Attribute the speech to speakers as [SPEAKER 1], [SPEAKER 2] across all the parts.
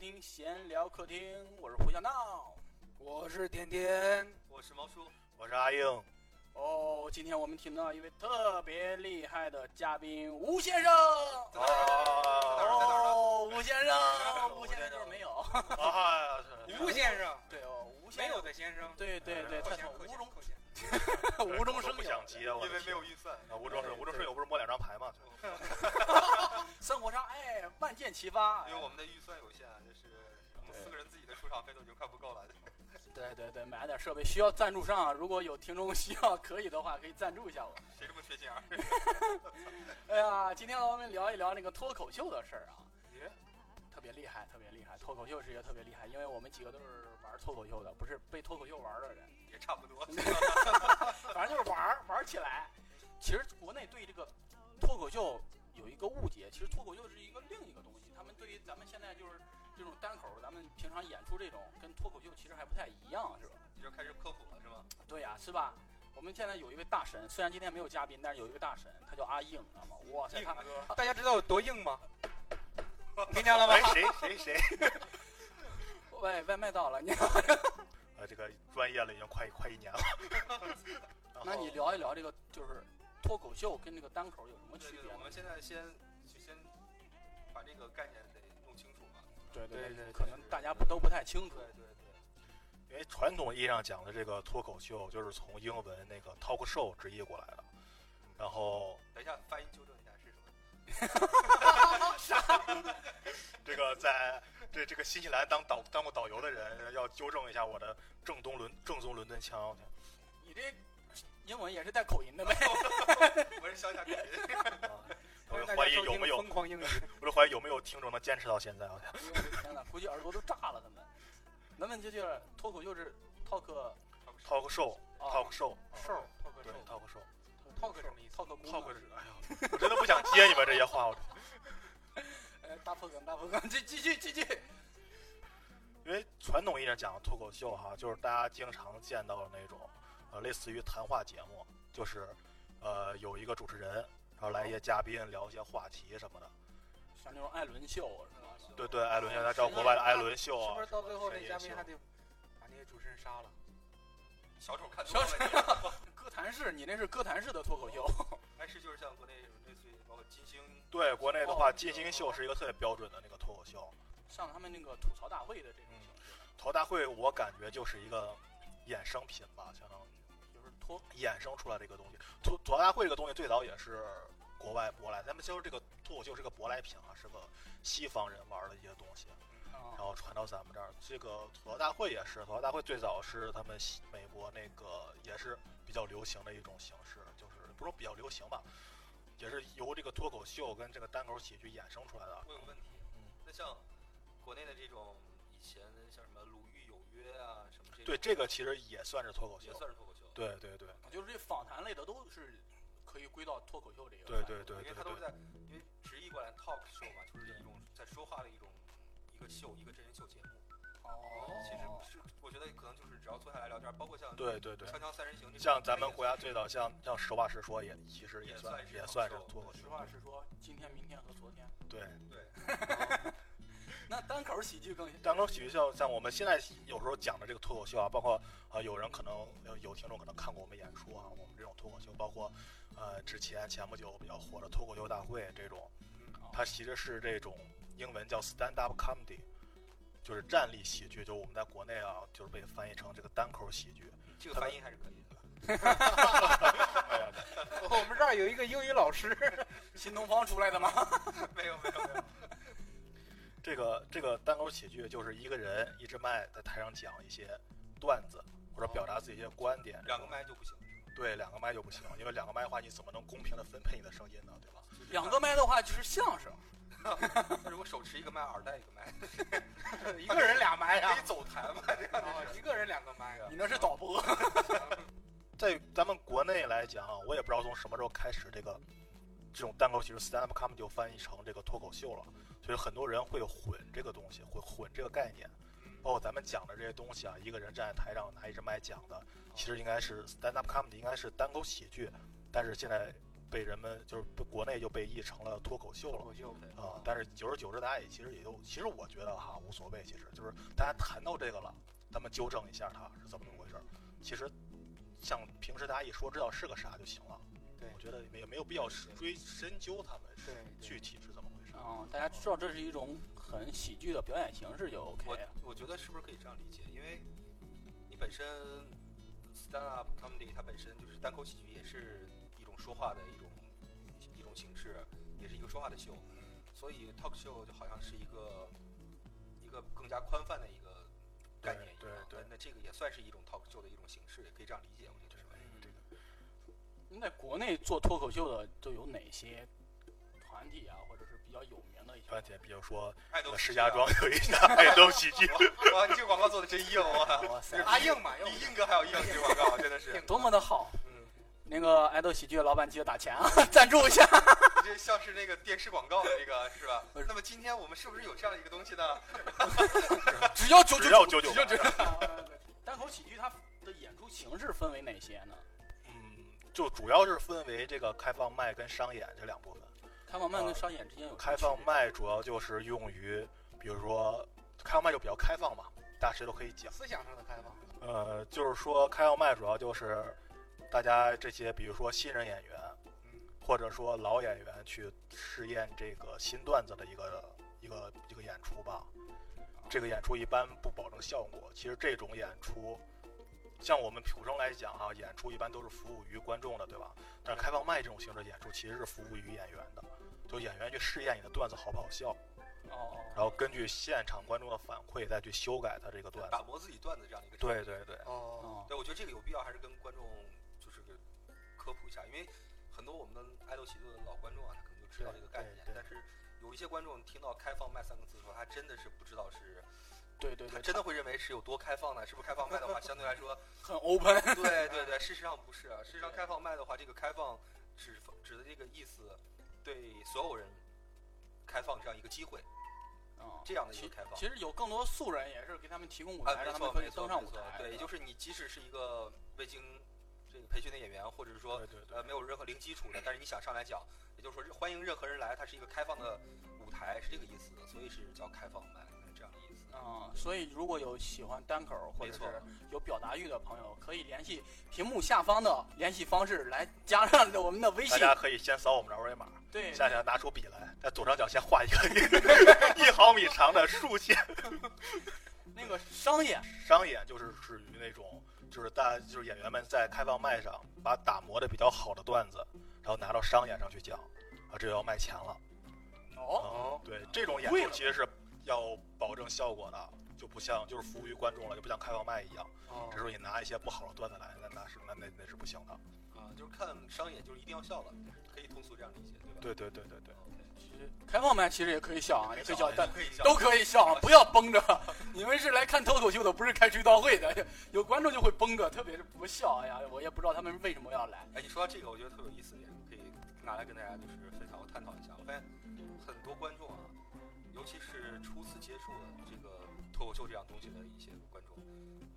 [SPEAKER 1] 听闲聊客厅，我是胡小闹，
[SPEAKER 2] 我是甜甜，
[SPEAKER 3] 我是毛叔，
[SPEAKER 4] 我是阿英。
[SPEAKER 1] 哦，今天我们请到一位特别厉害的嘉宾吴先生。
[SPEAKER 3] 在哪儿？
[SPEAKER 1] 哦，吴先生，吴
[SPEAKER 3] 吴
[SPEAKER 1] 先
[SPEAKER 3] 先
[SPEAKER 1] 生
[SPEAKER 3] 生
[SPEAKER 1] 就是没有，
[SPEAKER 4] 啊，
[SPEAKER 3] 在哪儿？
[SPEAKER 2] 吴先生，
[SPEAKER 1] 对哦，吴先
[SPEAKER 2] 没
[SPEAKER 1] 生
[SPEAKER 2] 有，的先生，
[SPEAKER 1] 对对对，
[SPEAKER 3] 扣
[SPEAKER 1] 他
[SPEAKER 3] 钱
[SPEAKER 1] 从
[SPEAKER 3] 扣
[SPEAKER 1] 无
[SPEAKER 3] 钱
[SPEAKER 1] 中
[SPEAKER 3] 扣钱，
[SPEAKER 1] 无中生
[SPEAKER 4] 不
[SPEAKER 1] 有
[SPEAKER 4] 想，急啊，我
[SPEAKER 3] 因为没有预算。
[SPEAKER 4] 有。吴中顺，吴中顺又不是摸两张牌吗？
[SPEAKER 1] 生活上哎万箭齐发。
[SPEAKER 3] 因为我们的预算有限，啊，就是我们四个人自己的出场费都已经快不够了。
[SPEAKER 1] 对对对，买点设备需要赞助商啊，如果有听众需要可以的话，可以赞助一下我。
[SPEAKER 3] 谁这么缺心眼儿？
[SPEAKER 1] 哎呀，今天我们聊一聊那个脱口秀的事儿啊，
[SPEAKER 3] 耶
[SPEAKER 1] 特别厉害，特别厉害，脱口秀是一个特别厉害，因为我们几个都是玩脱口秀的，不是被脱口秀玩的人，
[SPEAKER 3] 也差不多。
[SPEAKER 1] 反正就是玩儿玩儿起来。其实国内对这个脱口秀有一个误解，其实脱口秀是一个另一个东西，他们对于咱们现在就是这种单口，咱们平常演出这种跟脱口秀其实还不太一样，是吧？
[SPEAKER 3] 你就开始科普了是吗？
[SPEAKER 1] 对呀、是吧？我们现在有一位大神，虽然今天没有嘉宾，但是有一位大神，他叫阿硬，知道吗？哇塞，
[SPEAKER 2] 硬
[SPEAKER 1] 他
[SPEAKER 2] 哥，大家知道有多硬 吗？听见了吗
[SPEAKER 4] 哎？，谁谁谁？
[SPEAKER 1] 外外卖到了，你
[SPEAKER 4] 呃，这个专业了，已经快快一年了。
[SPEAKER 1] 那你聊一聊这个就是脱口秀跟这个单口有什么
[SPEAKER 3] 对
[SPEAKER 1] 区别
[SPEAKER 3] 对，对我
[SPEAKER 1] 呢？
[SPEAKER 3] 们现在先就先把这个概念得弄清楚嘛。
[SPEAKER 1] 对
[SPEAKER 3] 对对
[SPEAKER 1] 对，
[SPEAKER 3] 对
[SPEAKER 1] 可能
[SPEAKER 3] 对
[SPEAKER 1] 大家不都不太清楚
[SPEAKER 3] 对。对对，
[SPEAKER 4] 因为传统意义上讲的这个脱口秀，就是从英文那个 talk show 直译过来的。然后
[SPEAKER 3] 等一下发音纠正一下是什么？
[SPEAKER 4] 这个在这这个新西兰当导当过导游的人要纠正一下我的正宗伦正宗伦敦腔。
[SPEAKER 1] 你这英文也是带口音的呗？
[SPEAKER 3] 我是乡下口音。
[SPEAKER 4] 啊我
[SPEAKER 2] 欢迎大家收
[SPEAKER 4] 就怀疑有没
[SPEAKER 2] 听
[SPEAKER 4] 有
[SPEAKER 2] 疯，狂英 语。
[SPEAKER 4] 我就怀疑有没有听众能坚持到现在。我
[SPEAKER 1] 哎呦我的天哪，估计耳朵都炸了，他们。咱们这就是脱口秀是 talk 哦
[SPEAKER 4] talk show
[SPEAKER 1] 啊
[SPEAKER 2] 哦
[SPEAKER 4] talk show 嗯
[SPEAKER 1] 事儿 talk
[SPEAKER 4] 对 talk show
[SPEAKER 1] show，talk
[SPEAKER 2] talk 什么意思
[SPEAKER 1] talk 功能
[SPEAKER 4] talk 是哎呀，我真的不想接你们这些话。我
[SPEAKER 1] 哎，大破梗大破梗，继继续继续。
[SPEAKER 4] 因为传统意义上讲脱口秀哈，就是大家经常见到的那种，呃，类似于谈话节目，就是，呃，有一个主持人，然后来一些嘉宾聊一些话题什么的。
[SPEAKER 1] 像那种艾伦秀是吧？
[SPEAKER 3] 啊
[SPEAKER 4] 对对，艾伦现在叫国外的艾伦秀
[SPEAKER 2] 是
[SPEAKER 4] 啊
[SPEAKER 2] 不是，到最后
[SPEAKER 4] 谁
[SPEAKER 2] 这
[SPEAKER 4] 也
[SPEAKER 2] 嘉宾
[SPEAKER 4] 行
[SPEAKER 2] 还得把那些主持人杀了？
[SPEAKER 3] 小丑看多了你。
[SPEAKER 1] 歌坛式，你那是歌坛式的脱口秀。
[SPEAKER 3] 但是就是像国内类似于包括金星，
[SPEAKER 4] 对国内的话，
[SPEAKER 1] 哦
[SPEAKER 4] 金星秀是一个特别标准的那个脱口秀。
[SPEAKER 1] 上他们那个吐槽大会的这种形式，
[SPEAKER 4] 头大会我感觉就是一个衍生品吧，相当于
[SPEAKER 1] 就是脱
[SPEAKER 4] 衍生出来的一个东西。脱脱大会这个东西最早也是国外舶来，咱们就是这个脱口秀是个舶来品啊，是个西方人玩的一些东西。
[SPEAKER 3] 哦
[SPEAKER 1] 啊
[SPEAKER 4] 然，后传到咱们这儿。这个吐槽大会也是，吐槽大会最早是他们西美国那个也是比较流行的一种形式，就是不是说比较流行吧，也是由这个脱口秀跟这个单口喜剧衍生出来的。
[SPEAKER 3] 我有个问题
[SPEAKER 4] 嗯，
[SPEAKER 3] 那像国内的这种以前像什么《鲁豫有约》啊，什么这种
[SPEAKER 4] 对，这个其实也算是脱口秀
[SPEAKER 3] 也。算是脱口秀。
[SPEAKER 4] 对对对
[SPEAKER 1] 就是这访谈类的都是可以归到脱口秀这个。
[SPEAKER 4] 对对对
[SPEAKER 3] 因为
[SPEAKER 4] 对
[SPEAKER 3] 它都是
[SPEAKER 4] 对，
[SPEAKER 3] 在，因为直译过来 talk show 嘛，就是一种在说话的一种一个秀，一个真人秀节目。
[SPEAKER 1] 哦，
[SPEAKER 3] 其实是我觉得可能就是只要坐下来聊天，包括像《
[SPEAKER 4] 对对对。
[SPEAKER 3] 锵锵三人行》这种，
[SPEAKER 4] 像咱们国家最早像像实话实说也其实
[SPEAKER 3] 也
[SPEAKER 4] 算
[SPEAKER 3] 算是
[SPEAKER 4] 也
[SPEAKER 3] 脱
[SPEAKER 4] 算是
[SPEAKER 3] 口秀
[SPEAKER 4] 脱口秀
[SPEAKER 1] 实，话实说，今天、明天和昨天，
[SPEAKER 4] 对。
[SPEAKER 3] 对，
[SPEAKER 1] 那单口喜剧更
[SPEAKER 4] 单口喜剧像像我们现在有时候讲的这个脱口秀啊，包括呃有人可能有有听众可能看过我们演出啊，我们这种脱口秀，包括呃之前前不久比较火的脱口秀大会这种，
[SPEAKER 3] 哦
[SPEAKER 4] 它其实是这种英文叫 stand up comedy，就是站立喜剧，就我们在国内啊就是被翻译成这个单口喜剧。
[SPEAKER 3] 这个翻译还是可以的。
[SPEAKER 2] 哦我们这儿有一个英语老 师，
[SPEAKER 1] 新东方出来的吗？
[SPEAKER 3] 没有没有没有，
[SPEAKER 4] 这个这个单口喜剧就是一个人一支麦在台上讲一些段子或者表达自己一些观点，
[SPEAKER 3] 哦两个麦就不行，
[SPEAKER 4] 对两个麦就不行，因为两个麦的话你怎么能公平的分配你的声音呢？对吧？
[SPEAKER 1] 两个麦的话就是相声，
[SPEAKER 3] 但如果手持一个麦，耳带一个麦，
[SPEAKER 2] 一个人俩麦
[SPEAKER 3] 可
[SPEAKER 2] 呀
[SPEAKER 3] 以，走台嘛，这样
[SPEAKER 2] 啊，一个人两个麦呀。
[SPEAKER 1] 你那是导播。
[SPEAKER 4] 在咱们国内来讲，啊我也不知道从什么时候开始，这个这种单口喜剧 stand up comedy 就翻译成这个脱口秀了，所以很多人会混这个东西，会混这个概念。包括咱们讲的这些东西啊，一个人站在台上拿一支麦讲的，其实应该是 stand up comedy，应该是单口喜剧，但是现在被人们就是被国内就被译成了脱口秀
[SPEAKER 3] 脱
[SPEAKER 4] 了。
[SPEAKER 3] 口秀对
[SPEAKER 4] 啊、但是久而久之，大家也其实也就，其实我觉得哈无所谓，其实就是大家谈到这个了，咱们纠正一下它是怎么怎么回事儿。其实像平时大家一说知道是个啥就行了，
[SPEAKER 3] 对
[SPEAKER 4] 我觉得也没也没有必要是追深究他们是
[SPEAKER 3] 对哦
[SPEAKER 4] 具体是怎么回事儿。
[SPEAKER 1] 嗯，大家知道这是一种很喜剧的表演形式就 OK
[SPEAKER 3] 我
[SPEAKER 1] 了。
[SPEAKER 3] 我觉得是不是可以这样理解？因为你本身 stand up comedy 它本身就是单口喜剧，也是一种说话的一种一种形式，也是一个说话的秀，
[SPEAKER 4] 嗯
[SPEAKER 3] 所以 talk show 就好像是一个一个更加宽泛的一个概念一
[SPEAKER 4] 对
[SPEAKER 3] 样。
[SPEAKER 4] 对对
[SPEAKER 3] 那那这个也算是一种 talk show 的一种形式，也可以这样理解，我觉得是吧？
[SPEAKER 1] 那国内做脱口秀的都有哪些团体啊，或者是比较有名的一些
[SPEAKER 4] 团体，比如说
[SPEAKER 3] 爱豆
[SPEAKER 4] 石家庄有一家爱豆喜剧，
[SPEAKER 3] 哇，你这个广告做的真硬 哇！
[SPEAKER 1] 哇塞，
[SPEAKER 2] 阿啊硬嘛，
[SPEAKER 3] 比硬哥还有硬，这广告真的是，
[SPEAKER 1] 多么的好！
[SPEAKER 3] 嗯，
[SPEAKER 1] 那个爱豆喜剧的老板记得打钱啊， 赞助一下。
[SPEAKER 3] 这像是那个电视广告的那个是吧
[SPEAKER 1] 不是？
[SPEAKER 3] 那么今天我们是不是有这样一个东西呢？
[SPEAKER 1] 只要九
[SPEAKER 4] 只要九九。
[SPEAKER 1] 啊单口喜剧它的演出形式分为哪些呢？
[SPEAKER 4] 嗯，就主要是分为这个开放麦跟商演这两部分。
[SPEAKER 1] 开放麦跟商演之间有什么
[SPEAKER 4] 开放
[SPEAKER 1] 区别
[SPEAKER 4] 麦主要就是用于，比如说开放麦就比较开放嘛，大家谁都可以讲。
[SPEAKER 2] 思想上的开放，
[SPEAKER 4] 呃，就是说开放麦主要就是大家这些，比如说新人演员，
[SPEAKER 2] 嗯
[SPEAKER 4] 或者说老演员去试验这个新段子的一个一个一个演出吧。这个演出一般不保证效果，其实这种演出，像我们普通来讲哈、演出一般都是服务于观众的，对吧？但是开放麦这种形式演出其实是服务于演员的，就演员去试验你的段子好不好笑，
[SPEAKER 1] 哦，
[SPEAKER 4] 然后根据现场观众的反馈再去修改他这个段子
[SPEAKER 3] 打。磨自己段子这样的一个。
[SPEAKER 4] 对对对，
[SPEAKER 2] 哦，
[SPEAKER 1] 哦
[SPEAKER 3] 对，我觉得这个有必要还是跟观众就是给科普一下，因为很多我们的爱豆喜剧的老观众啊，他可能就知道这个概念
[SPEAKER 4] 对对，对
[SPEAKER 3] 但是有一些观众听到“开放麦”三个字的时候，他真的是不知道是，
[SPEAKER 1] 对对
[SPEAKER 3] 他
[SPEAKER 1] 对，
[SPEAKER 3] 真的会认为是有多开放呢？是不是开放麦的 话，相对来说，
[SPEAKER 1] 很 open。
[SPEAKER 3] 对对对，事实上不是啊，事实上开放麦的话，这个开放指指的这个意思，对所有人开放这样一个机会，
[SPEAKER 1] 嗯，
[SPEAKER 3] 这样的一
[SPEAKER 1] 其
[SPEAKER 3] 个开放。
[SPEAKER 1] 其实有更多素人也是给他们提供舞
[SPEAKER 3] 啊，
[SPEAKER 1] 台，
[SPEAKER 3] 没
[SPEAKER 1] 让他
[SPEAKER 3] 错
[SPEAKER 1] 们可
[SPEAKER 3] 没
[SPEAKER 1] 以
[SPEAKER 3] 错
[SPEAKER 1] 登上
[SPEAKER 3] 没
[SPEAKER 1] 舞
[SPEAKER 3] 错
[SPEAKER 1] 台。
[SPEAKER 3] 对，也就是你即使是一个未经这个培训的演员，或者是说
[SPEAKER 4] 对对对
[SPEAKER 3] 呃没有任何零基础的，但是你想上来讲，也就是说是欢迎任何人来，它是一个开放的舞台，是这个意思，所以是叫开放麦，是这样的意思。
[SPEAKER 1] 嗯，所以如果有喜欢单口或
[SPEAKER 3] 没
[SPEAKER 1] 者
[SPEAKER 3] 错，
[SPEAKER 1] 是有表达欲的朋友，可以联系屏幕下方的联系方式来加上我们的微
[SPEAKER 4] 大
[SPEAKER 1] 信。
[SPEAKER 4] 家可以先扫我们的二维码，
[SPEAKER 1] 对，
[SPEAKER 4] 下下拿出笔来，在左上角先画一个一个一毫米长的竖线。
[SPEAKER 1] 那个商演
[SPEAKER 4] 商演就是属于那种，就是大家就是演员们在开放麦上把打磨的比较好的段子，然后拿到商演上去讲，啊，这要卖钱了。
[SPEAKER 3] 嗯
[SPEAKER 1] 哦，
[SPEAKER 4] 哦，对，这种演
[SPEAKER 1] 贵
[SPEAKER 4] 出
[SPEAKER 1] 了
[SPEAKER 4] 其实是要保证效果的，就不像就是服务于观众了，就不像开放麦一样，
[SPEAKER 2] 哦
[SPEAKER 4] 只是你拿一些不好的段子来，那那是那那那是不行的。
[SPEAKER 1] 嗯
[SPEAKER 3] 啊，就是看商演，就是一定要笑了，可以通俗这样理解，对吧？
[SPEAKER 4] 对对对对对，
[SPEAKER 1] 其实开放麦其实也可以笑啊，也可以笑，但
[SPEAKER 3] 可以笑，
[SPEAKER 1] 都可以笑啊，不要绷着。 你们是来看脱口秀的，不是开追悼会的。有观众就会绷着，特别是不笑。哎呀，我也不知道他们为什么要来。
[SPEAKER 3] 哎，你说到这个，我觉得特别有意思一点，可以拿来跟大家就是分享和探讨一下。我发现很多观众啊，尤其是初次接触的这个脱口秀这样东西的一些观众，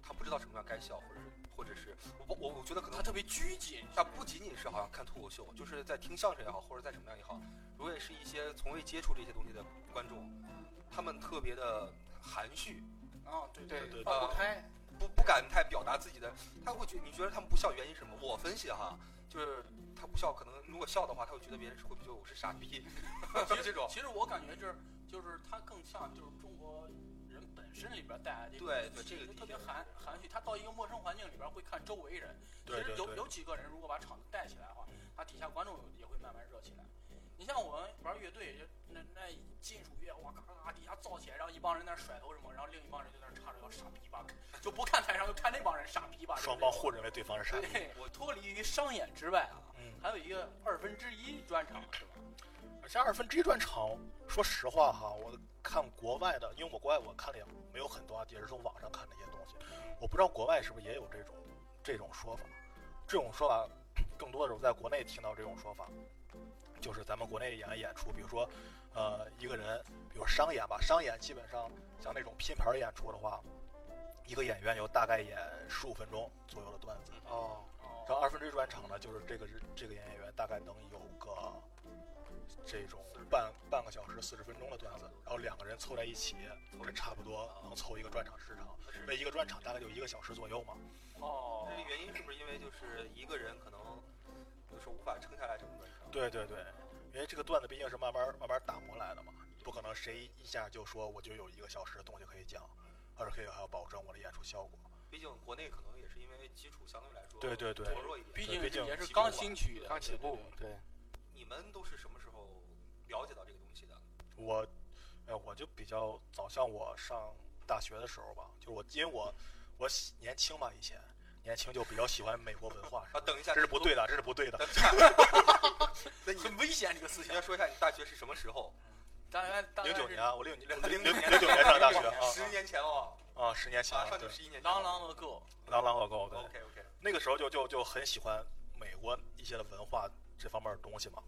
[SPEAKER 3] 他不知道什么样该笑，或者是或者是我我我觉得可能
[SPEAKER 1] 他特别拘谨，
[SPEAKER 3] 他不仅仅是好像看脱口秀，就是在听相声也好，或者在什么样也好，如果也是一些从未接触这些东西的观众，他们特别的含蓄，
[SPEAKER 1] 啊，对
[SPEAKER 2] 对
[SPEAKER 4] 对
[SPEAKER 1] 放不
[SPEAKER 3] 对呃
[SPEAKER 1] 开。
[SPEAKER 3] 不不敢太表达自己的，他会觉你觉得他们不笑原因是什么？我分析哈，就是他不笑，可能如果笑的话，他会觉得别人是会觉得我是傻逼，就 这种。
[SPEAKER 1] 其实我感觉就是就是他更像就是中国人本身里边带来的一种
[SPEAKER 3] 对对
[SPEAKER 1] 气质
[SPEAKER 3] 这个的确
[SPEAKER 1] 特别含含蓄。他到一个陌生环境里边会看周围人，其
[SPEAKER 4] 对
[SPEAKER 1] 实
[SPEAKER 4] 对
[SPEAKER 1] 有
[SPEAKER 4] 对
[SPEAKER 1] 有几个人如果把场子带起来的话，他底下观众也会慢慢热起来。你像我们玩乐队，就那那金属乐，哇咔咔咔底下造起来，然后一帮人在那甩头什么，然后另一帮人就在那插着腰傻逼吧，就不看台上，就看那帮人傻逼吧。
[SPEAKER 4] 双方互认为对方是傻逼。
[SPEAKER 1] 对，我脱离于商演之外啊，
[SPEAKER 4] 嗯，
[SPEAKER 1] 还有一个二分之一专场是吧？
[SPEAKER 4] 而且二分之一专场，说实话哈，我看国外的，因为我国外我看的也没有很多，啊，也是从网上看这些东西，我不知道国外是不是也有这种这种说法，这种说法更多的是我在国内听到这种说法，就是咱们国内演员演出，比如说，呃，一个人，比如商演吧，商演基本上像那种拼盘演出的话，一个演员有大概演十五分钟左右的段子，
[SPEAKER 2] 哦，
[SPEAKER 1] 哦，哦，
[SPEAKER 4] 然后二分之一专场呢，就是这个是这个演员大概能有个这种半半个小时四十分钟的段子，然后两个人凑在一起，这差不多能凑一个专场时长，因为一个专场大概就一个小时左右嘛。
[SPEAKER 1] 哦
[SPEAKER 3] 这，原因是不是因为就是一个人可能就是无法撑下来这么多场？
[SPEAKER 4] 对对对，因为这个段子毕竟是慢慢慢慢打磨来的嘛，不可能谁一下就说我就有一个小时的东西可以讲，而且可以还要保证我的演出效果。
[SPEAKER 3] 毕竟国内可能也是因为基础相对来说
[SPEAKER 4] 对对对
[SPEAKER 3] 薄弱一
[SPEAKER 1] 毕
[SPEAKER 3] 点。
[SPEAKER 1] 竟
[SPEAKER 4] 毕竟
[SPEAKER 1] 也是
[SPEAKER 4] 起步
[SPEAKER 1] 刚
[SPEAKER 4] 嘛
[SPEAKER 1] 兴起的，
[SPEAKER 2] 刚起
[SPEAKER 1] 对
[SPEAKER 2] 步，
[SPEAKER 1] 对
[SPEAKER 2] 对，
[SPEAKER 3] 你们都是什么时候了解到这个东西的？
[SPEAKER 4] 我，呃，我就比较早，像我上大学的时候吧，就是我因为我我喜年轻嘛，以前年轻就比较喜欢美国文化什
[SPEAKER 3] 啊，
[SPEAKER 4] 么的
[SPEAKER 3] 等一下，
[SPEAKER 4] 这是不对的，这是不对的。
[SPEAKER 3] 那你
[SPEAKER 1] 对很危险这个思
[SPEAKER 3] 你
[SPEAKER 1] 想
[SPEAKER 3] 要。说一下你大学是什么时 候？
[SPEAKER 1] 当然，当
[SPEAKER 4] 零
[SPEAKER 1] 然
[SPEAKER 4] 九
[SPEAKER 1] 是
[SPEAKER 4] 年，啊我零零零零九年上大学
[SPEAKER 3] 十年前哦，
[SPEAKER 4] 啊啊，十年前
[SPEAKER 3] 啊，
[SPEAKER 4] 了
[SPEAKER 3] 上
[SPEAKER 4] 对
[SPEAKER 3] 就，十一年前了。
[SPEAKER 1] 朗朗的 go，
[SPEAKER 4] 朗朗我够对，
[SPEAKER 3] OK OK，
[SPEAKER 4] 那个时候就就就很喜欢美国一些的文化这方面的东西嘛，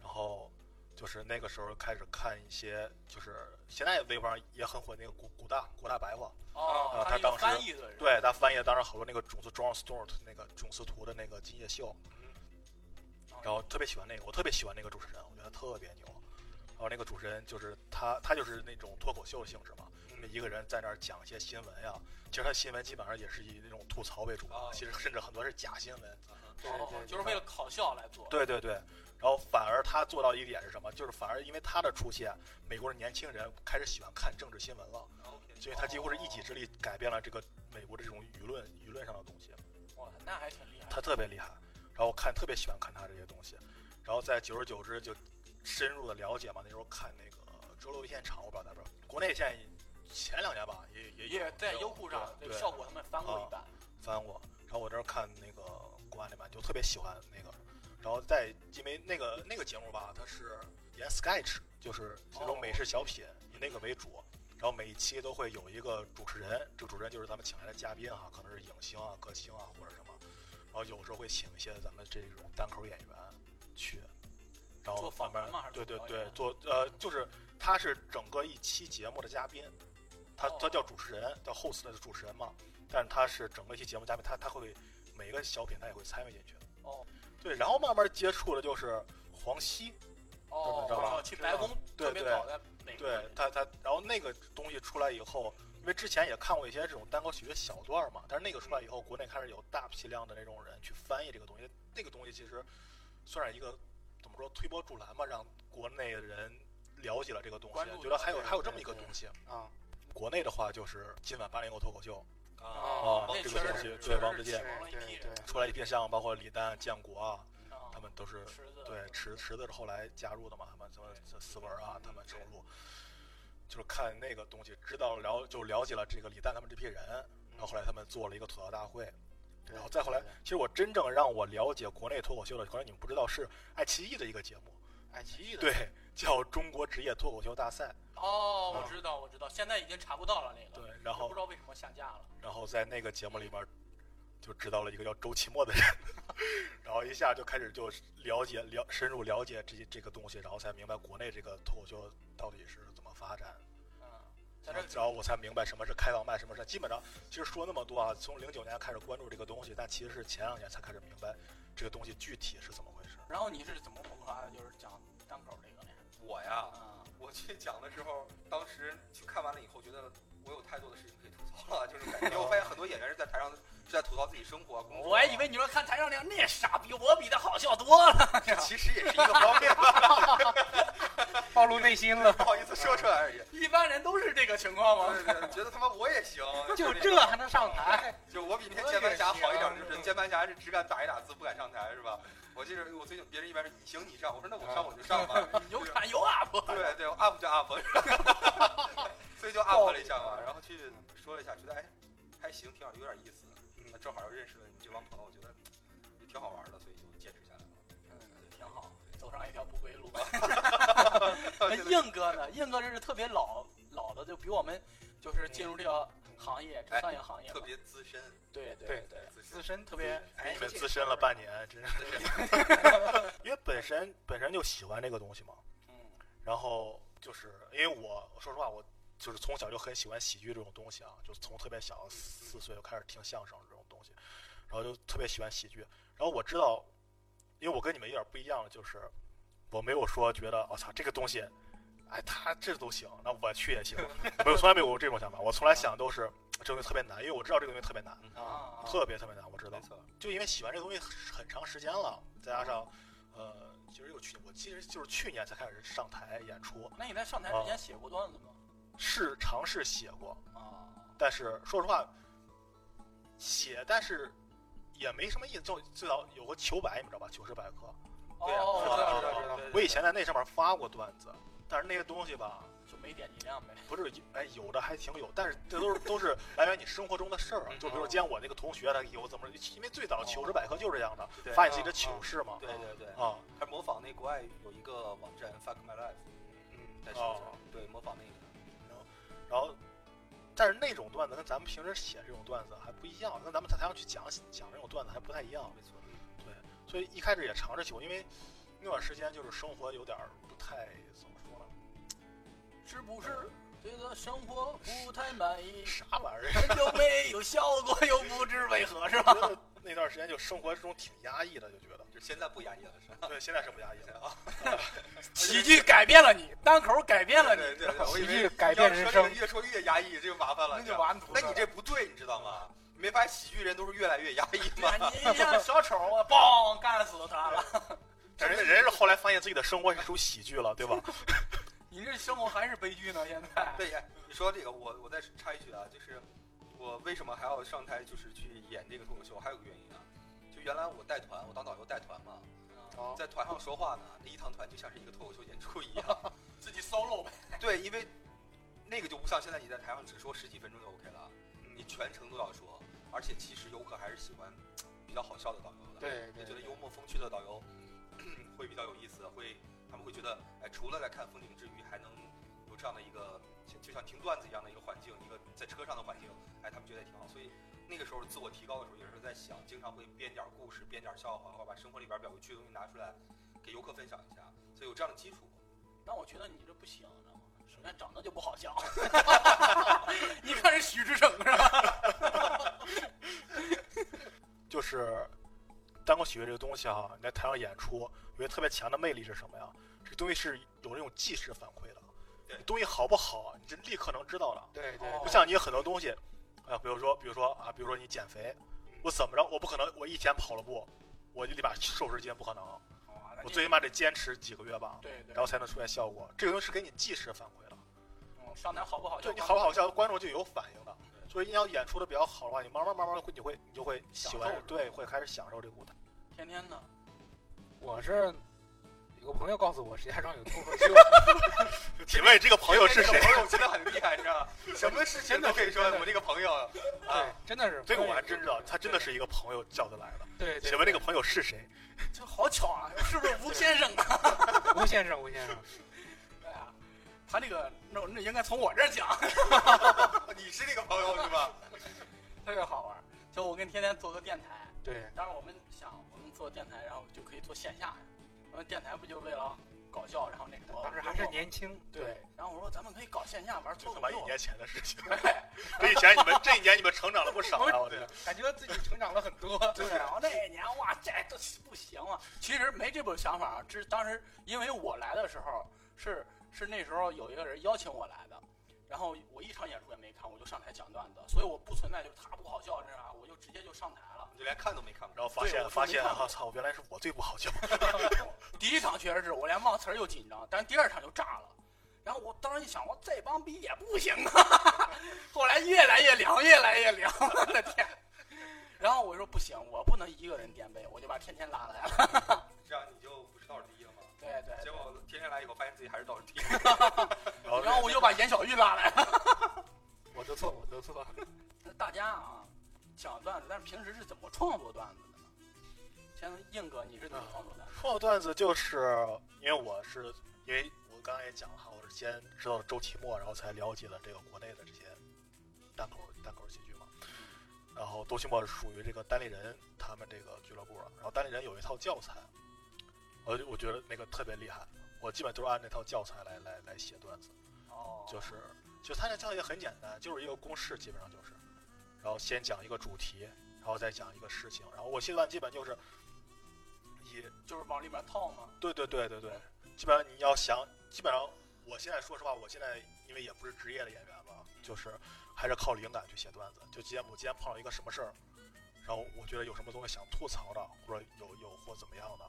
[SPEAKER 4] 然后就是那个时候开始看一些，就是现在微博上也很火那个古古大古大白话，
[SPEAKER 1] 哦
[SPEAKER 4] 啊，
[SPEAKER 1] 他
[SPEAKER 4] 他
[SPEAKER 1] 是
[SPEAKER 4] 当
[SPEAKER 1] 有
[SPEAKER 4] 时
[SPEAKER 1] 翻译的人，
[SPEAKER 4] 对他翻译了当时好多那个种子 John Stewart 那个种子图的那个金叶秀，然后特别喜欢那个，我特别喜欢那个主持人，我觉得他特别牛。然后那个主持人就是他，他就是那种脱口秀性质嘛，那一个人在那儿讲一些新闻呀、其实他新闻基本上也是以那种吐槽为主
[SPEAKER 3] 哦，
[SPEAKER 4] 其实甚至很多是假新闻。
[SPEAKER 3] 嗯
[SPEAKER 1] 哦，就是为了考校来做，
[SPEAKER 4] 对对对，然后反而他做到一点是什么？就是反而因为他的出现，美国的年轻人开始喜欢看政治新闻了，
[SPEAKER 3] OK，
[SPEAKER 4] 所以他几乎是一己之力改变了这个美国的这种舆论舆论上的东西。
[SPEAKER 1] 哇，那还挺厉害的。
[SPEAKER 4] 他特别厉害，然后我看特别喜欢看他这些东西，然后在久而久之就深入的了解嘛。那时候看那个周六夜现场，我不知道大家不知道，国内现在前两年吧，也也
[SPEAKER 1] 也
[SPEAKER 4] 也
[SPEAKER 1] 在优酷上
[SPEAKER 4] 对啊
[SPEAKER 1] 这
[SPEAKER 4] 对
[SPEAKER 1] 效果他们翻过一版，
[SPEAKER 4] 翻过，然后我这儿看那个国外那版就特别喜欢那个，然后再因为那个那个节目吧，它是演 sketch，就是这种美式小品，
[SPEAKER 1] 哦
[SPEAKER 4] 以那个为主。然后每一期都会有一个主持人，这个主持人就是咱们请来的嘉宾哈、可能是影星啊、歌星啊或者什么。然后有时候会请一些咱们这种单口演员去，然
[SPEAKER 1] 做
[SPEAKER 4] 后慢
[SPEAKER 1] 访
[SPEAKER 4] 慢
[SPEAKER 1] 谈吗还是
[SPEAKER 4] 对对
[SPEAKER 1] 做表
[SPEAKER 4] 对
[SPEAKER 1] 演啊
[SPEAKER 4] 做呃就是他是整个一期节目的嘉宾，他
[SPEAKER 1] 哦
[SPEAKER 4] 他叫主持人，叫 host 的主持人嘛，但是他是整个一期节目嘉宾，他他会每个小品他也会参与进去。
[SPEAKER 1] 哦，
[SPEAKER 4] 对，然后慢慢接触的就是黄西，
[SPEAKER 1] 哦，
[SPEAKER 4] 知道吧
[SPEAKER 1] 我去白宫
[SPEAKER 4] 对
[SPEAKER 1] 特别早在美国
[SPEAKER 4] 对他他，然后那个东西出来以后，因为之前也看过一些这种单口喜剧小段儿嘛，但是那个出来以后，国内开始有大批量的那种人去翻译这个东西，那个东西其实算是一个怎么说推波助澜吧，让国内人了解了这个东
[SPEAKER 1] 关注
[SPEAKER 4] 西，觉得还有
[SPEAKER 1] 了对
[SPEAKER 4] 还有这么
[SPEAKER 2] 对
[SPEAKER 4] 一个
[SPEAKER 2] 对
[SPEAKER 4] 东西。
[SPEAKER 2] 啊，
[SPEAKER 4] 国内的话就是今晚八零后脱口秀
[SPEAKER 1] 哦
[SPEAKER 4] 啊
[SPEAKER 1] 那
[SPEAKER 4] 这
[SPEAKER 1] 确
[SPEAKER 4] 个东
[SPEAKER 1] 实
[SPEAKER 4] 西
[SPEAKER 1] 是
[SPEAKER 4] 对
[SPEAKER 1] 确实
[SPEAKER 4] 王自
[SPEAKER 1] 是
[SPEAKER 4] 健
[SPEAKER 1] 往了一批
[SPEAKER 2] 对对
[SPEAKER 1] 人
[SPEAKER 2] 对
[SPEAKER 4] 出来一批像包括李诞、建国啊，
[SPEAKER 1] 啊
[SPEAKER 4] 他们都是
[SPEAKER 1] 池子
[SPEAKER 4] 对，池池子是后来加入的嘛，他们什么斯斯文啊，他们程璐，就是看那个东西，知道了就了解了这个李诞他们这批人，然后后来他们做了一个吐槽大会，
[SPEAKER 2] 对
[SPEAKER 4] 然后再后来
[SPEAKER 2] 对对，
[SPEAKER 4] 其实我真正让我了解国内脱口秀的，可能你们不知道是爱奇艺的一个节目，
[SPEAKER 2] 爱奇艺的
[SPEAKER 4] 对，叫中国职业脱口秀大赛，
[SPEAKER 1] 哦，
[SPEAKER 4] 啊
[SPEAKER 1] 我知道我知道，现在已经查不到了那
[SPEAKER 4] 对
[SPEAKER 1] 个，，也
[SPEAKER 4] 然后
[SPEAKER 1] 不知道为什么下架了。
[SPEAKER 4] 然后在那个节目里边儿就知道了一个叫周奇墨的人， 然后一下就开始就了解了深入了解这这个东西，然后才明白国内这个脱口秀到底是怎么发展，
[SPEAKER 1] 嗯，在
[SPEAKER 4] 然
[SPEAKER 1] 这
[SPEAKER 4] 后然后我才明白什么是开放麦，什么是基本上其实说那么多啊，从零九年开始关注这个东西，但其实是前两年才开始明白这个东西具体是怎么回事。
[SPEAKER 1] 然后你是怎么萌发的？就是讲单口这个呢？
[SPEAKER 3] 我呀，
[SPEAKER 1] 啊，
[SPEAKER 3] 我去讲的时候，当时去看完了以后，觉得我有太多的事情可以吐槽了，就是 感觉我发现很多演员是在台上是在吐槽自己生活啊、工作啊。
[SPEAKER 1] 嗯我还以为你说看台上那样，那傻逼，我比他好笑多了。
[SPEAKER 3] 这 其实也是一个方面，
[SPEAKER 2] 暴露内心了，
[SPEAKER 3] 不好意思说出来 而已。
[SPEAKER 1] 一般人都是这个情况吗？
[SPEAKER 3] 对对对觉得他妈我也 行，
[SPEAKER 2] 就
[SPEAKER 3] 那
[SPEAKER 2] 这
[SPEAKER 3] 个，
[SPEAKER 2] 还能上台？
[SPEAKER 3] 就我比那键盘侠好一点，就是键盘侠是只敢打一打字，不敢上台，是吧？我记得我最近别人一般是你行你上，我说那我上我就上吧，
[SPEAKER 1] 有砍有啊 up，
[SPEAKER 3] 对对我，up 就 up，所以就 up 了一下嘛，然后去说了一下，觉得哎还行，挺好，有点意思。那正好又认识了你这帮朋友，我觉得也挺好玩的，所以就坚持下来了。
[SPEAKER 1] 嗯，挺好，走上一条不归 路。
[SPEAKER 3] 到
[SPEAKER 1] 那
[SPEAKER 3] 现在
[SPEAKER 1] 硬哥呢？硬哥这是特别老老的，就比我们就是进入这个行业，这算一个行业吧
[SPEAKER 3] 哎特别资深，
[SPEAKER 1] 对
[SPEAKER 2] 对
[SPEAKER 1] 对，
[SPEAKER 3] 资深
[SPEAKER 2] 自身
[SPEAKER 1] 特别
[SPEAKER 4] 给
[SPEAKER 3] 哎
[SPEAKER 4] 你们自身了半年，真是，因为本身本身就喜欢这个东西嘛。
[SPEAKER 1] 嗯
[SPEAKER 4] 然后就是因为我说实话，我就是从小就很喜欢喜剧这种东西啊，就从特别小四四岁就开始听相声这种东西，然后就特别喜欢喜剧。然后我知道，因为我跟你们有点不一样，就是我没有说觉得我哦操这个东西，哎，他这都行，那我去也行，没有从来没有过这种想法。我从来想都是这东西特别难，因为我知道这个东西特别难，
[SPEAKER 3] 啊，
[SPEAKER 1] 啊，
[SPEAKER 4] 特别特别难，我知道
[SPEAKER 3] 没。错，
[SPEAKER 4] 就因为喜欢这个东西很很长时间了，再加上呃，其实有去我其实就是去年才开始上台演出，
[SPEAKER 1] 那你在上台之
[SPEAKER 3] 啊
[SPEAKER 1] 前写过段子吗？
[SPEAKER 4] 是尝试写过，
[SPEAKER 1] 啊，
[SPEAKER 4] 但是说实话，写但是也没什么意思。就最早有个糗百，你知道吧？糗事百科，
[SPEAKER 3] 对啊呀，
[SPEAKER 1] 哦
[SPEAKER 3] 知道
[SPEAKER 4] 哦
[SPEAKER 3] 知道知道
[SPEAKER 4] 哦
[SPEAKER 3] 知道。
[SPEAKER 4] 我以前在那上面发过段子，但是那些东西吧，
[SPEAKER 1] 就没点击量呗。
[SPEAKER 4] 不是哎有的还挺有，但是这都是都是来源于你生活中的事儿啊。
[SPEAKER 3] 嗯
[SPEAKER 4] 就比如说今天我那个同学他有怎么，因为最早糗事百科就是这样的，
[SPEAKER 3] 哦对嗯
[SPEAKER 4] 发现自己的糗事嘛。
[SPEAKER 3] 对对对，
[SPEAKER 4] 啊，
[SPEAKER 3] 他模仿那国外有一个网站 Fuck My Life，嗯，在上
[SPEAKER 4] 哦
[SPEAKER 3] 面对模仿那个，
[SPEAKER 4] 然后。但是那种段子跟咱们平时写这种段子还不一样，跟咱们在台上去讲讲这种段子还不太一样。
[SPEAKER 3] 没错，
[SPEAKER 4] 所以一开始也尝试起过，因为那段时间就是生活有点儿不太怎么说呢，？
[SPEAKER 1] 是不是觉得生活不太满意
[SPEAKER 4] 啥玩意儿？
[SPEAKER 1] 很久没有笑过，又不知为何，是吧？
[SPEAKER 4] 觉得那段时间就生活中挺压抑的，就觉得
[SPEAKER 3] 就现在不压抑了是吧？
[SPEAKER 4] 对，现在是不压抑 了。
[SPEAKER 1] 喜剧改变了你，单口改变了
[SPEAKER 3] 对
[SPEAKER 1] 你，
[SPEAKER 3] 对对，我以
[SPEAKER 2] 喜剧
[SPEAKER 3] 为
[SPEAKER 2] 改变人
[SPEAKER 3] 要
[SPEAKER 2] 生
[SPEAKER 3] 说这个越说越压抑，这就麻烦了，
[SPEAKER 1] 那
[SPEAKER 3] 知
[SPEAKER 1] 就
[SPEAKER 3] 道吗
[SPEAKER 1] 完犊
[SPEAKER 3] 那
[SPEAKER 1] 子
[SPEAKER 3] 你
[SPEAKER 1] 了。
[SPEAKER 3] 这不对，你知道吗？你没发现喜剧人都是越来越压抑吗？
[SPEAKER 1] 对啊你像小丑 啊，嘣干死他了。
[SPEAKER 4] 但人人是后来发现自己的生活是出喜剧了，对吧？
[SPEAKER 1] 你这生活还是悲剧呢，现 在。
[SPEAKER 3] 对呀，你说这个，我我再插一句啊，就是我为什么还要上台，就是去演这个脱口秀，还有个原因啊，就原来我带团，我当导游带团嘛，
[SPEAKER 1] 啊
[SPEAKER 2] 哦
[SPEAKER 3] 在团上说话呢，那一趟团就像是一个脱口秀演出一样。
[SPEAKER 1] 自己 solo 呗。
[SPEAKER 3] 对，因为那个就不像现在你在台上只说十几分钟就 OK 了，你全程都要说，而且其实游客还是喜欢比较好笑的导游的。
[SPEAKER 2] 对
[SPEAKER 3] 就
[SPEAKER 2] 对
[SPEAKER 3] 觉得
[SPEAKER 2] 对
[SPEAKER 3] 幽默风趣的导游嗯 会比较有意思，会他们会觉得，哎，除了在看风景之余，还能有这样的一个，就就像听段子一样的一个环境，一个在车上的环境，哎，他们觉得也挺好。所以那个时候自我提高的时候，也是在想，经常会编点儿故事，编点儿笑话，或者把生活里边儿比较有趣的东西拿出来给游客分享一下，所以有这样的基础。
[SPEAKER 1] 那我觉得你这不行，你知道吗？首先长得就不好笑， 你看人许志成是吧？
[SPEAKER 4] 就是单口喜剧这个东西哈、你在台上演出，有一个特别强的魅力是什么呀？这个东西是有那种即时反馈的，
[SPEAKER 3] 对
[SPEAKER 4] 你东西好不好，你这立刻能知道的。
[SPEAKER 2] 对
[SPEAKER 1] 哦
[SPEAKER 4] 不
[SPEAKER 2] 对，
[SPEAKER 4] 像你有很多东西，啊，比如说，比如说啊，比如说你减肥，我怎么着，我不可能我一天跑了步，我就立马瘦十斤，不可能，我最起码得坚持几个月吧，
[SPEAKER 1] 对对
[SPEAKER 4] 然，后才能出现效果。这个东西是给你即时反馈的，
[SPEAKER 1] 嗯上台好不好笑？
[SPEAKER 4] 对你好不好笑，观众就有反应的。所以你要演出的比较好的话，你慢慢慢慢会，你会你就会喜
[SPEAKER 1] 享
[SPEAKER 4] 欢
[SPEAKER 1] 受，
[SPEAKER 4] 对，会开始享受这个舞台。
[SPEAKER 1] 天天呢？
[SPEAKER 2] 我是有个朋友告诉我，石家庄有脱口秀，
[SPEAKER 4] 请问这个朋友是谁？
[SPEAKER 3] 朋友真的很厉害，你知道 吗？什么事情都可以说
[SPEAKER 2] 真的
[SPEAKER 3] 我这个朋友啊
[SPEAKER 2] 对，，真的是
[SPEAKER 4] 这个我还真知道，他真的是一个朋友叫他来的。
[SPEAKER 2] 对对
[SPEAKER 4] 请问这个朋友是谁？
[SPEAKER 1] 这好巧啊，是不是吴先 生啊？
[SPEAKER 2] 吴先生，吴先生，
[SPEAKER 1] 对啊，他这个那那应该从我这儿讲，
[SPEAKER 3] 哦你是这个朋友是吧？
[SPEAKER 1] 特别好玩儿。就我跟天天做个电台，
[SPEAKER 2] 对
[SPEAKER 1] 当然我们想我们做电台，然后就可以做线下呀。我们电台不就为了搞笑，然后那什么？
[SPEAKER 2] 当时还是年轻，
[SPEAKER 1] 对。然后我说咱们可以搞线下玩
[SPEAKER 4] 这
[SPEAKER 1] 脱口
[SPEAKER 4] 他妈一
[SPEAKER 1] 秀，
[SPEAKER 4] 年前的事情，
[SPEAKER 1] 对
[SPEAKER 4] 这一年你们这一年你们成长了不少啊！我觉得。
[SPEAKER 2] 感觉自己成长了很多。啊
[SPEAKER 1] 对， 然后那一年哇，这都不行了。其实没这种想法，这当时因为我来的时候是是那时候有一个人邀请我来的，然后我一场演出也没看，我就上台讲段子，所以我不存在就是他不好笑这样，我就直接就上台了。
[SPEAKER 3] 你就连看都没看过，
[SPEAKER 4] 然后发
[SPEAKER 1] 对
[SPEAKER 4] 现
[SPEAKER 1] 我
[SPEAKER 4] 发
[SPEAKER 1] 就没
[SPEAKER 4] 现，
[SPEAKER 1] 看过
[SPEAKER 4] 我操，原来是我最不好笑。
[SPEAKER 1] 第一场确实是我连忘词儿又紧张，但是第二场就炸了。然后我当时一想，我这帮逼也不行啊！ 后来越来越凉，越来越凉，我的天！然后我说不行，我不能一个人垫背，我就把天天拉来了。
[SPEAKER 3] 这样你就不是倒数第一了吗？
[SPEAKER 1] 对对对
[SPEAKER 3] 结果天天来以后，发现自己还是倒数第一。
[SPEAKER 4] 然后
[SPEAKER 1] 然后我就把严小玉拉来了。
[SPEAKER 2] 我的错，我的错。
[SPEAKER 1] 大家啊，讲段子，但是平时是怎么创作段子的呢？先硬哥，你是怎么创作段子？
[SPEAKER 4] 创作段子就是因为我是因为我刚才也讲了哈，我是先知道了周奇墨，然后才了解了这个国内的这些单口单口喜剧嘛。然后周奇墨是属于这个单立人他们这个俱乐部了，啊然后单立人有一套教材，我就我觉得那个特别厉害，我基本都是按那套教材来来来写段子。
[SPEAKER 1] 哦
[SPEAKER 4] 啊就是就它那教材也很简单，就是一个公式，基本上就是，然后先讲一个主题，然然后再讲一个事情。然后我现在基本就是以
[SPEAKER 1] 就是往里边套嘛。
[SPEAKER 4] 对对对对对，基本上你要想，基本上我现在说实话，我现在因为也不是职业的演员嘛，就是还是靠灵感去写段子。就今天我今天碰到一个什么事儿，然后我觉得有什么东西想吐槽的，或者有有或怎么样的，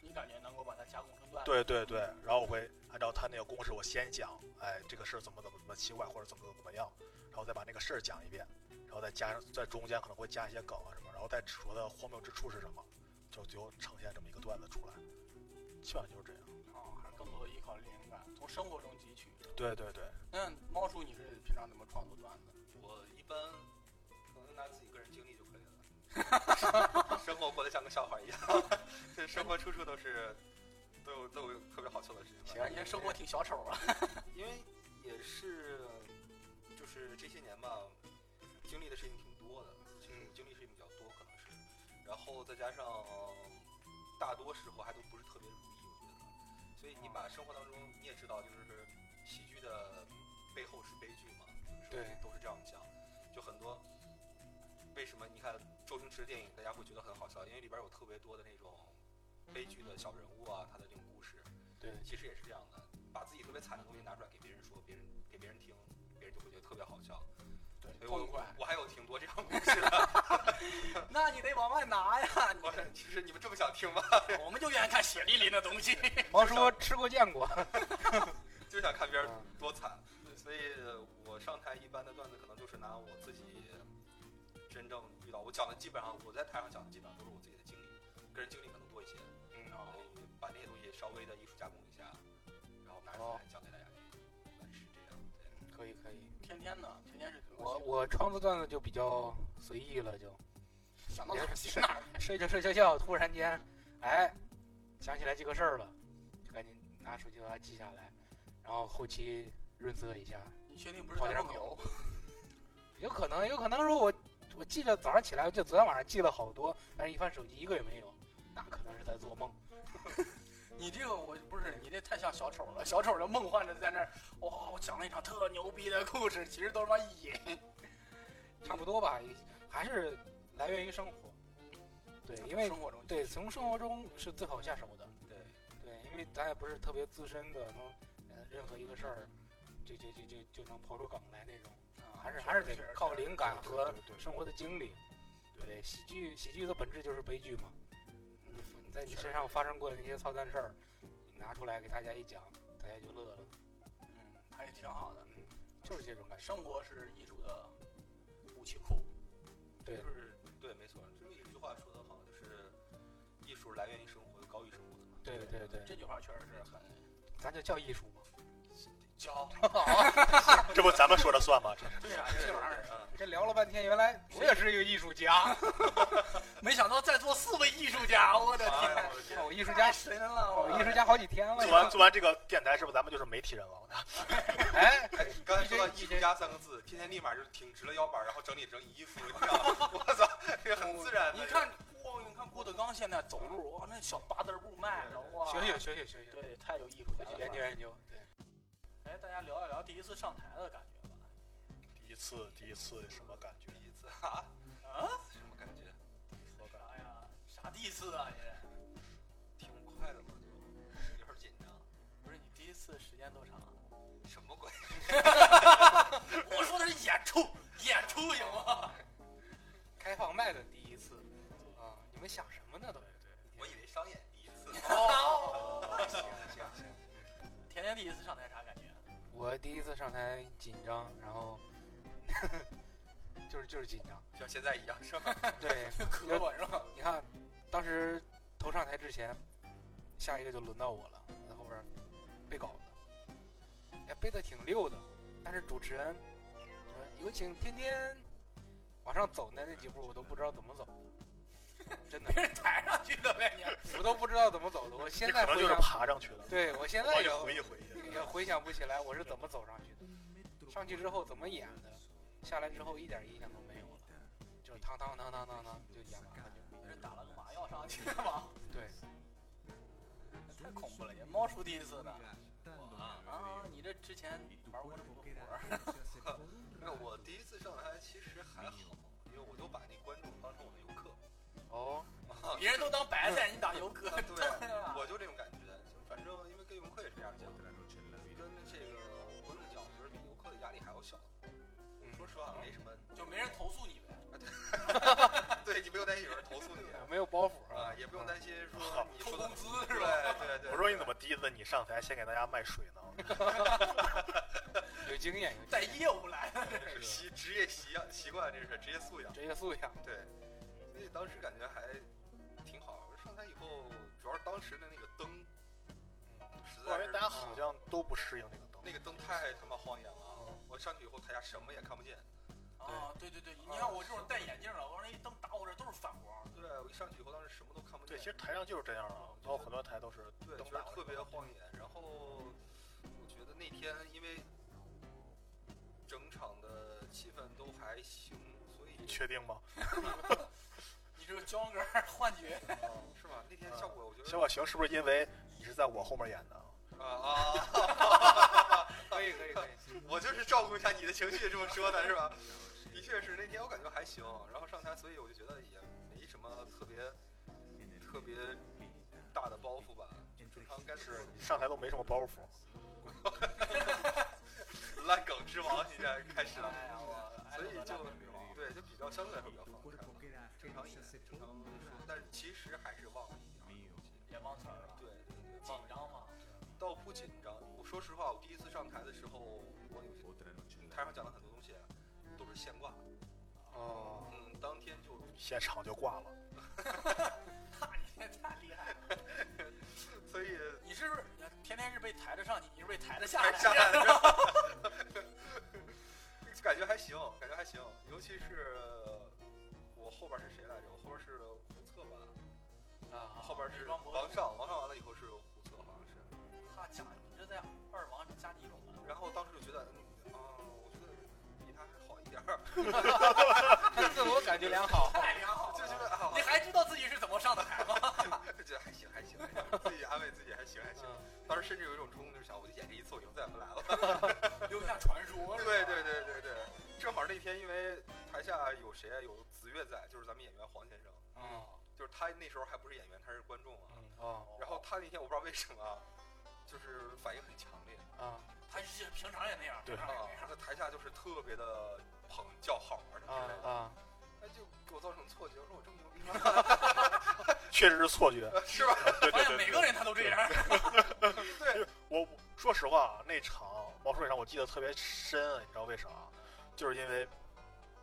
[SPEAKER 1] 你感觉能够把它加工成段子？
[SPEAKER 4] 对对对，然后我会按照他那个公式，我先讲，哎，这个事儿怎么怎么怎么奇怪，或者怎么怎么样，然后再把那个事儿讲一遍，然后再加上在中间可能会加一些梗啊什么，然后再指出它的荒谬之处是什么，就最后呈现这么一个段子出来，基本上就是这样。
[SPEAKER 1] 啊，还是更多的依靠灵感，从生活中汲取。
[SPEAKER 4] 对对对，
[SPEAKER 1] 那猫叔，你是平常怎么创作段子？
[SPEAKER 3] 我一般可能拿自己个人经历就可以了，生活过得像个笑话一样，这生活处处都是都有都有特别好笑的事情。
[SPEAKER 1] 感觉哎生活挺小丑啊。
[SPEAKER 3] 因为也是就是这些年吧，经历的事情挺多的，其实经历事情比较多，可能是，然后再加上、呃大多时候还都不是特别如意，我觉得，所以你把生活当中你也知道，就是喜剧的背后是悲剧嘛，就是
[SPEAKER 2] 对
[SPEAKER 3] 都是这样讲，就很多。为什么你看周星驰的电影，大家会觉得很好笑？因为里边有特别多的那种悲剧的小人物啊，他的这种故事，
[SPEAKER 2] 对
[SPEAKER 3] 其实也是这样的，把自己特别惨的东西拿出来给别人说，别人给别人听，别人就会觉得特别好笑。
[SPEAKER 1] 对
[SPEAKER 3] 所以我
[SPEAKER 1] 痛快。
[SPEAKER 3] 我还有挺多这样的故事的。
[SPEAKER 1] 那你得往外拿呀，
[SPEAKER 3] 我其实你们这么想听吗？
[SPEAKER 1] 你我们就愿意看血淋淋的东西。
[SPEAKER 2] 毛叔吃过见过，
[SPEAKER 3] 就想看别人
[SPEAKER 2] 嗯
[SPEAKER 3] 多惨。所以我上台一般的段子，可能就是拿我自己真正遇到，我讲的基本上我在台上讲的基本上都是我自己的经历，个人经历可能多一些，
[SPEAKER 1] 嗯
[SPEAKER 3] 然后把那些东西稍微的艺术加工一下，然后拿出来讲给大家听，一般是这样。对
[SPEAKER 2] 可以可以。
[SPEAKER 1] 天天呢，天天是
[SPEAKER 2] 我我创作段子就比较随意了，就
[SPEAKER 1] 想到哪儿写哪儿。
[SPEAKER 2] 睡着睡觉觉，突然间，哎，想起来这个事儿了，就赶紧拿手机把它记下来，然后后期润色一下。
[SPEAKER 1] 你确定不是在梦游？
[SPEAKER 2] 有可能，有可能说我我记着早上起来，我记得昨天晚上记了好多，但是一翻手机一个也没有，那可能是在做梦。
[SPEAKER 1] 你这个我不是，你这太像小丑了。小丑就梦幻着在那儿，哇，我讲了一场特牛逼的故事，其实都是妈野。
[SPEAKER 2] 差不多吧，也还是来源于生活。对，因为
[SPEAKER 1] 生活中
[SPEAKER 2] 对从生活中是最好下手的。
[SPEAKER 3] 对，
[SPEAKER 2] 对，因为咱也不是特别资深的，能呃任何一个事儿，就就就就就能刨出梗来那种，
[SPEAKER 1] 啊
[SPEAKER 2] 还是还是得靠灵感和
[SPEAKER 4] 对对对
[SPEAKER 2] 生活的经历。对，喜剧喜剧的本质就是悲剧嘛。嗯你在你身上发生过的那些操蛋事儿，你拿出来给大家一讲，大家就乐了，
[SPEAKER 1] 嗯，还是挺好的。
[SPEAKER 2] 就是这种感受。
[SPEAKER 1] 生活是艺术的武器库。
[SPEAKER 2] 对
[SPEAKER 3] 就是对，没错，就是有一句话说得好，就是艺术来源于生活，高于生活的嘛。
[SPEAKER 2] 对对对，
[SPEAKER 1] 这句话确实是很
[SPEAKER 2] 咱就叫艺术嘛。
[SPEAKER 1] 骄傲。
[SPEAKER 4] 这不咱们说了算吗？这
[SPEAKER 1] 对啊，这玩意儿，
[SPEAKER 3] 嗯，
[SPEAKER 2] 这聊了半天，原来我也是一个艺术家。
[SPEAKER 1] 没想到在座四位艺术家，我的
[SPEAKER 3] 哎
[SPEAKER 1] 天，哎
[SPEAKER 3] 呀我的天
[SPEAKER 2] 看我艺术
[SPEAKER 1] 太
[SPEAKER 2] 家，
[SPEAKER 1] 神了！
[SPEAKER 2] 我
[SPEAKER 1] 我
[SPEAKER 2] 艺术家好几天
[SPEAKER 4] 做完
[SPEAKER 2] 了。
[SPEAKER 4] 做完这个电台，是不是咱们就是媒体人了？
[SPEAKER 2] 哎，
[SPEAKER 3] 哎，刚才说到“艺术家”三个字，天天立马就挺直了腰板，然后整理成一副这样， 我操，这很自然的。
[SPEAKER 1] 你看，哇，你看郭德纲现在走路，哇，那小八字步迈着，哇，
[SPEAKER 2] 学学学学学学，
[SPEAKER 1] 对，太有艺术
[SPEAKER 2] 回
[SPEAKER 1] 家
[SPEAKER 2] 去
[SPEAKER 1] 了。
[SPEAKER 2] 研究研究。对，
[SPEAKER 1] 哎，大家聊一聊第一次上台的感觉吧。
[SPEAKER 4] 第一次第一次什么感觉？
[SPEAKER 3] 第一次啊，
[SPEAKER 1] 啊？
[SPEAKER 3] 什么感觉？
[SPEAKER 1] 啥呀？啥第一次啊？你
[SPEAKER 3] 挺快的嘛，就有点紧张。
[SPEAKER 1] 不是你第一次时间多长？啊
[SPEAKER 3] 什么鬼？
[SPEAKER 1] 我说的是演出，演出行吗？
[SPEAKER 2] 开放麦的第一次啊，你们想什么呢？都
[SPEAKER 3] 我以为商演第一次。
[SPEAKER 2] 行行行。
[SPEAKER 1] 甜甜第一次上台啥感觉？
[SPEAKER 2] 我第一次上台紧张，然后 就是就是紧张。
[SPEAKER 3] 像现在一样是 吧？
[SPEAKER 2] 对，
[SPEAKER 1] 磕巴是吧？
[SPEAKER 2] 你看，当时头上台之前，下一个就轮到我了，在后边儿背稿子，哎，背的挺溜的，但是主持人说有请天天往上走的那几步，我都不知道怎么走 的，真的，
[SPEAKER 1] 别人抬上去的呗，你。
[SPEAKER 2] 我都不知道怎么走的。我现
[SPEAKER 4] 你
[SPEAKER 2] 在
[SPEAKER 4] 可能
[SPEAKER 2] 回
[SPEAKER 4] 就是
[SPEAKER 2] 想，
[SPEAKER 4] 爬上去的。
[SPEAKER 2] 对我现在
[SPEAKER 4] 我
[SPEAKER 2] 也
[SPEAKER 4] 也回忆回忆。
[SPEAKER 2] 也回想不起来我是怎么走上去的，上去之后怎么演的，下来之后一点印象都没有了，就是汤汤汤汤汤汤就演完了就。
[SPEAKER 1] 这是打了个麻药上去的吗？
[SPEAKER 2] 对，
[SPEAKER 1] 太恐怖了！也猫叔第一次呢。
[SPEAKER 3] 我啊，
[SPEAKER 1] 啊，你这之前玩过这么多活儿，
[SPEAKER 3] 没有，我第一次上台其实还好，因为我就把那观众当成我的游
[SPEAKER 2] 哦
[SPEAKER 1] 别人都当白菜，你当油哥。
[SPEAKER 3] 对，我就这种感觉。反正因为跟游客也是这样讲，跟他说真的，驴跟这个活动讲，我觉得比游客的压力还要小。说
[SPEAKER 2] 嗯
[SPEAKER 3] 实话，没什么，
[SPEAKER 1] 就没人投诉你呗。
[SPEAKER 3] 对你不用担心有人投诉你
[SPEAKER 2] 没有包袱嗯
[SPEAKER 3] 啊，也不用担心说你
[SPEAKER 1] 扣
[SPEAKER 3] 说
[SPEAKER 1] 工
[SPEAKER 3] 的
[SPEAKER 1] 资是
[SPEAKER 3] 对
[SPEAKER 1] 吧？
[SPEAKER 3] 对对。
[SPEAKER 4] 我说你怎么第一次你上台先给大家卖水呢？
[SPEAKER 2] 有经验，有
[SPEAKER 1] 带业务来的，
[SPEAKER 3] 这是习职业习养习惯，这是职业素养。
[SPEAKER 2] 职业素 养。
[SPEAKER 3] 对，所以当时感觉还挺好。上台以后，主要是当时的那个灯，实在
[SPEAKER 4] 我感觉
[SPEAKER 3] 是
[SPEAKER 4] 大家好像都不适应那个灯。
[SPEAKER 3] 那个灯太他妈晃眼了。我上去以后，台下什么也看不见。
[SPEAKER 1] 啊，对对对，你看我这种戴眼镜的，我说一灯打我这都是反光。
[SPEAKER 3] 对，我一上去以后，当时什么都看不见。
[SPEAKER 4] 对，其实台上就是这样啊，包括很多台都是
[SPEAKER 3] 对，
[SPEAKER 4] 灯
[SPEAKER 3] 觉
[SPEAKER 4] 打
[SPEAKER 3] 得特别晃眼。然后我觉得那天因为整场的气氛都还行，所以
[SPEAKER 4] 你确定吗？
[SPEAKER 1] 你这个胶格儿幻 觉，
[SPEAKER 3] 是吧？那天效果我觉
[SPEAKER 4] 小
[SPEAKER 3] 得
[SPEAKER 4] 小行是不是因为你是在我后面演的？
[SPEAKER 3] 啊啊，
[SPEAKER 2] 可以可以可 以，
[SPEAKER 3] 我就是照顾一下你的情绪这么说的是吧？的确是那天我感觉还行，然后上台，所以我就觉得也没什么特别特别大的包袱吧，就正常该是
[SPEAKER 4] 上台都没什么包袱，
[SPEAKER 3] 烂梗之王，你现在开始了。
[SPEAKER 1] 哎呀，我
[SPEAKER 3] 啊所以就
[SPEAKER 1] 就
[SPEAKER 3] 对，就比较相对来说比较放开吧，正常一点，正常说，但是其实还是忘了一点东西。啊
[SPEAKER 1] 也忘词儿了，
[SPEAKER 3] 对对对，
[SPEAKER 1] 紧
[SPEAKER 3] 忘了，
[SPEAKER 1] 张吗？
[SPEAKER 3] 倒不紧张。我说实话，我第一次上台的时候，我有些台上讲了很多东西，啊都是现挂。
[SPEAKER 2] 哦，
[SPEAKER 3] 嗯，当天就
[SPEAKER 4] 现场就挂了。
[SPEAKER 1] 那 你也太厉 害了。
[SPEAKER 3] 所以
[SPEAKER 1] 你是不是天天是被抬着上去，你是被抬着下
[SPEAKER 3] 还
[SPEAKER 1] 来？
[SPEAKER 3] 下来了， 感觉还行，感觉还行，尤其是我后边是谁来着？我后边是胡策吧，
[SPEAKER 1] 啊，
[SPEAKER 3] 后边是
[SPEAKER 1] 装博
[SPEAKER 3] 王上，王上完了以后是胡策，好像是。
[SPEAKER 1] 他讲你这在二王加你一种了，
[SPEAKER 3] 然后当时就觉得，嗯，啊，我觉得比他还好一点儿，
[SPEAKER 2] 自我感觉良好。
[SPEAKER 1] 太良好
[SPEAKER 3] 就觉
[SPEAKER 1] 了。
[SPEAKER 3] 得啊，
[SPEAKER 1] 哎你还知道自己是怎么上 的台吗？
[SPEAKER 3] 就觉得还行还行，还行自己安慰自己还行还行。
[SPEAKER 2] 嗯
[SPEAKER 3] 当时甚至有一种冲动，就是想我就演这一次，我以后再也不来 了。
[SPEAKER 1] 留下传说。是吧
[SPEAKER 3] 哦对对对对对，正好那天因为台下有谁啊有子越在，就是咱们演员黄先生，
[SPEAKER 2] 嗯
[SPEAKER 3] 就是他那时候还不是演员，他是观众啊。
[SPEAKER 2] 哦
[SPEAKER 3] 然后他那天我不知道为什么啊，就是反应很强烈
[SPEAKER 2] 啊
[SPEAKER 1] 他是平常也那样，
[SPEAKER 4] 对
[SPEAKER 1] 平常也
[SPEAKER 3] 啊
[SPEAKER 1] 那，样
[SPEAKER 3] 他在台下就是特别的捧叫好玩的
[SPEAKER 2] 啊
[SPEAKER 3] 之类的，
[SPEAKER 2] 啊！
[SPEAKER 3] 那就给我造成错觉，我说我这么牛逼 吗？
[SPEAKER 4] 确实是错觉，
[SPEAKER 3] 是吧？
[SPEAKER 4] 对
[SPEAKER 1] 发
[SPEAKER 4] 对
[SPEAKER 1] 现
[SPEAKER 4] 对
[SPEAKER 1] 每个人他都这样。
[SPEAKER 3] 对，
[SPEAKER 4] 我我说实话啊，那场毛叔那场我记得特别深，你知道为啥？啊就是因为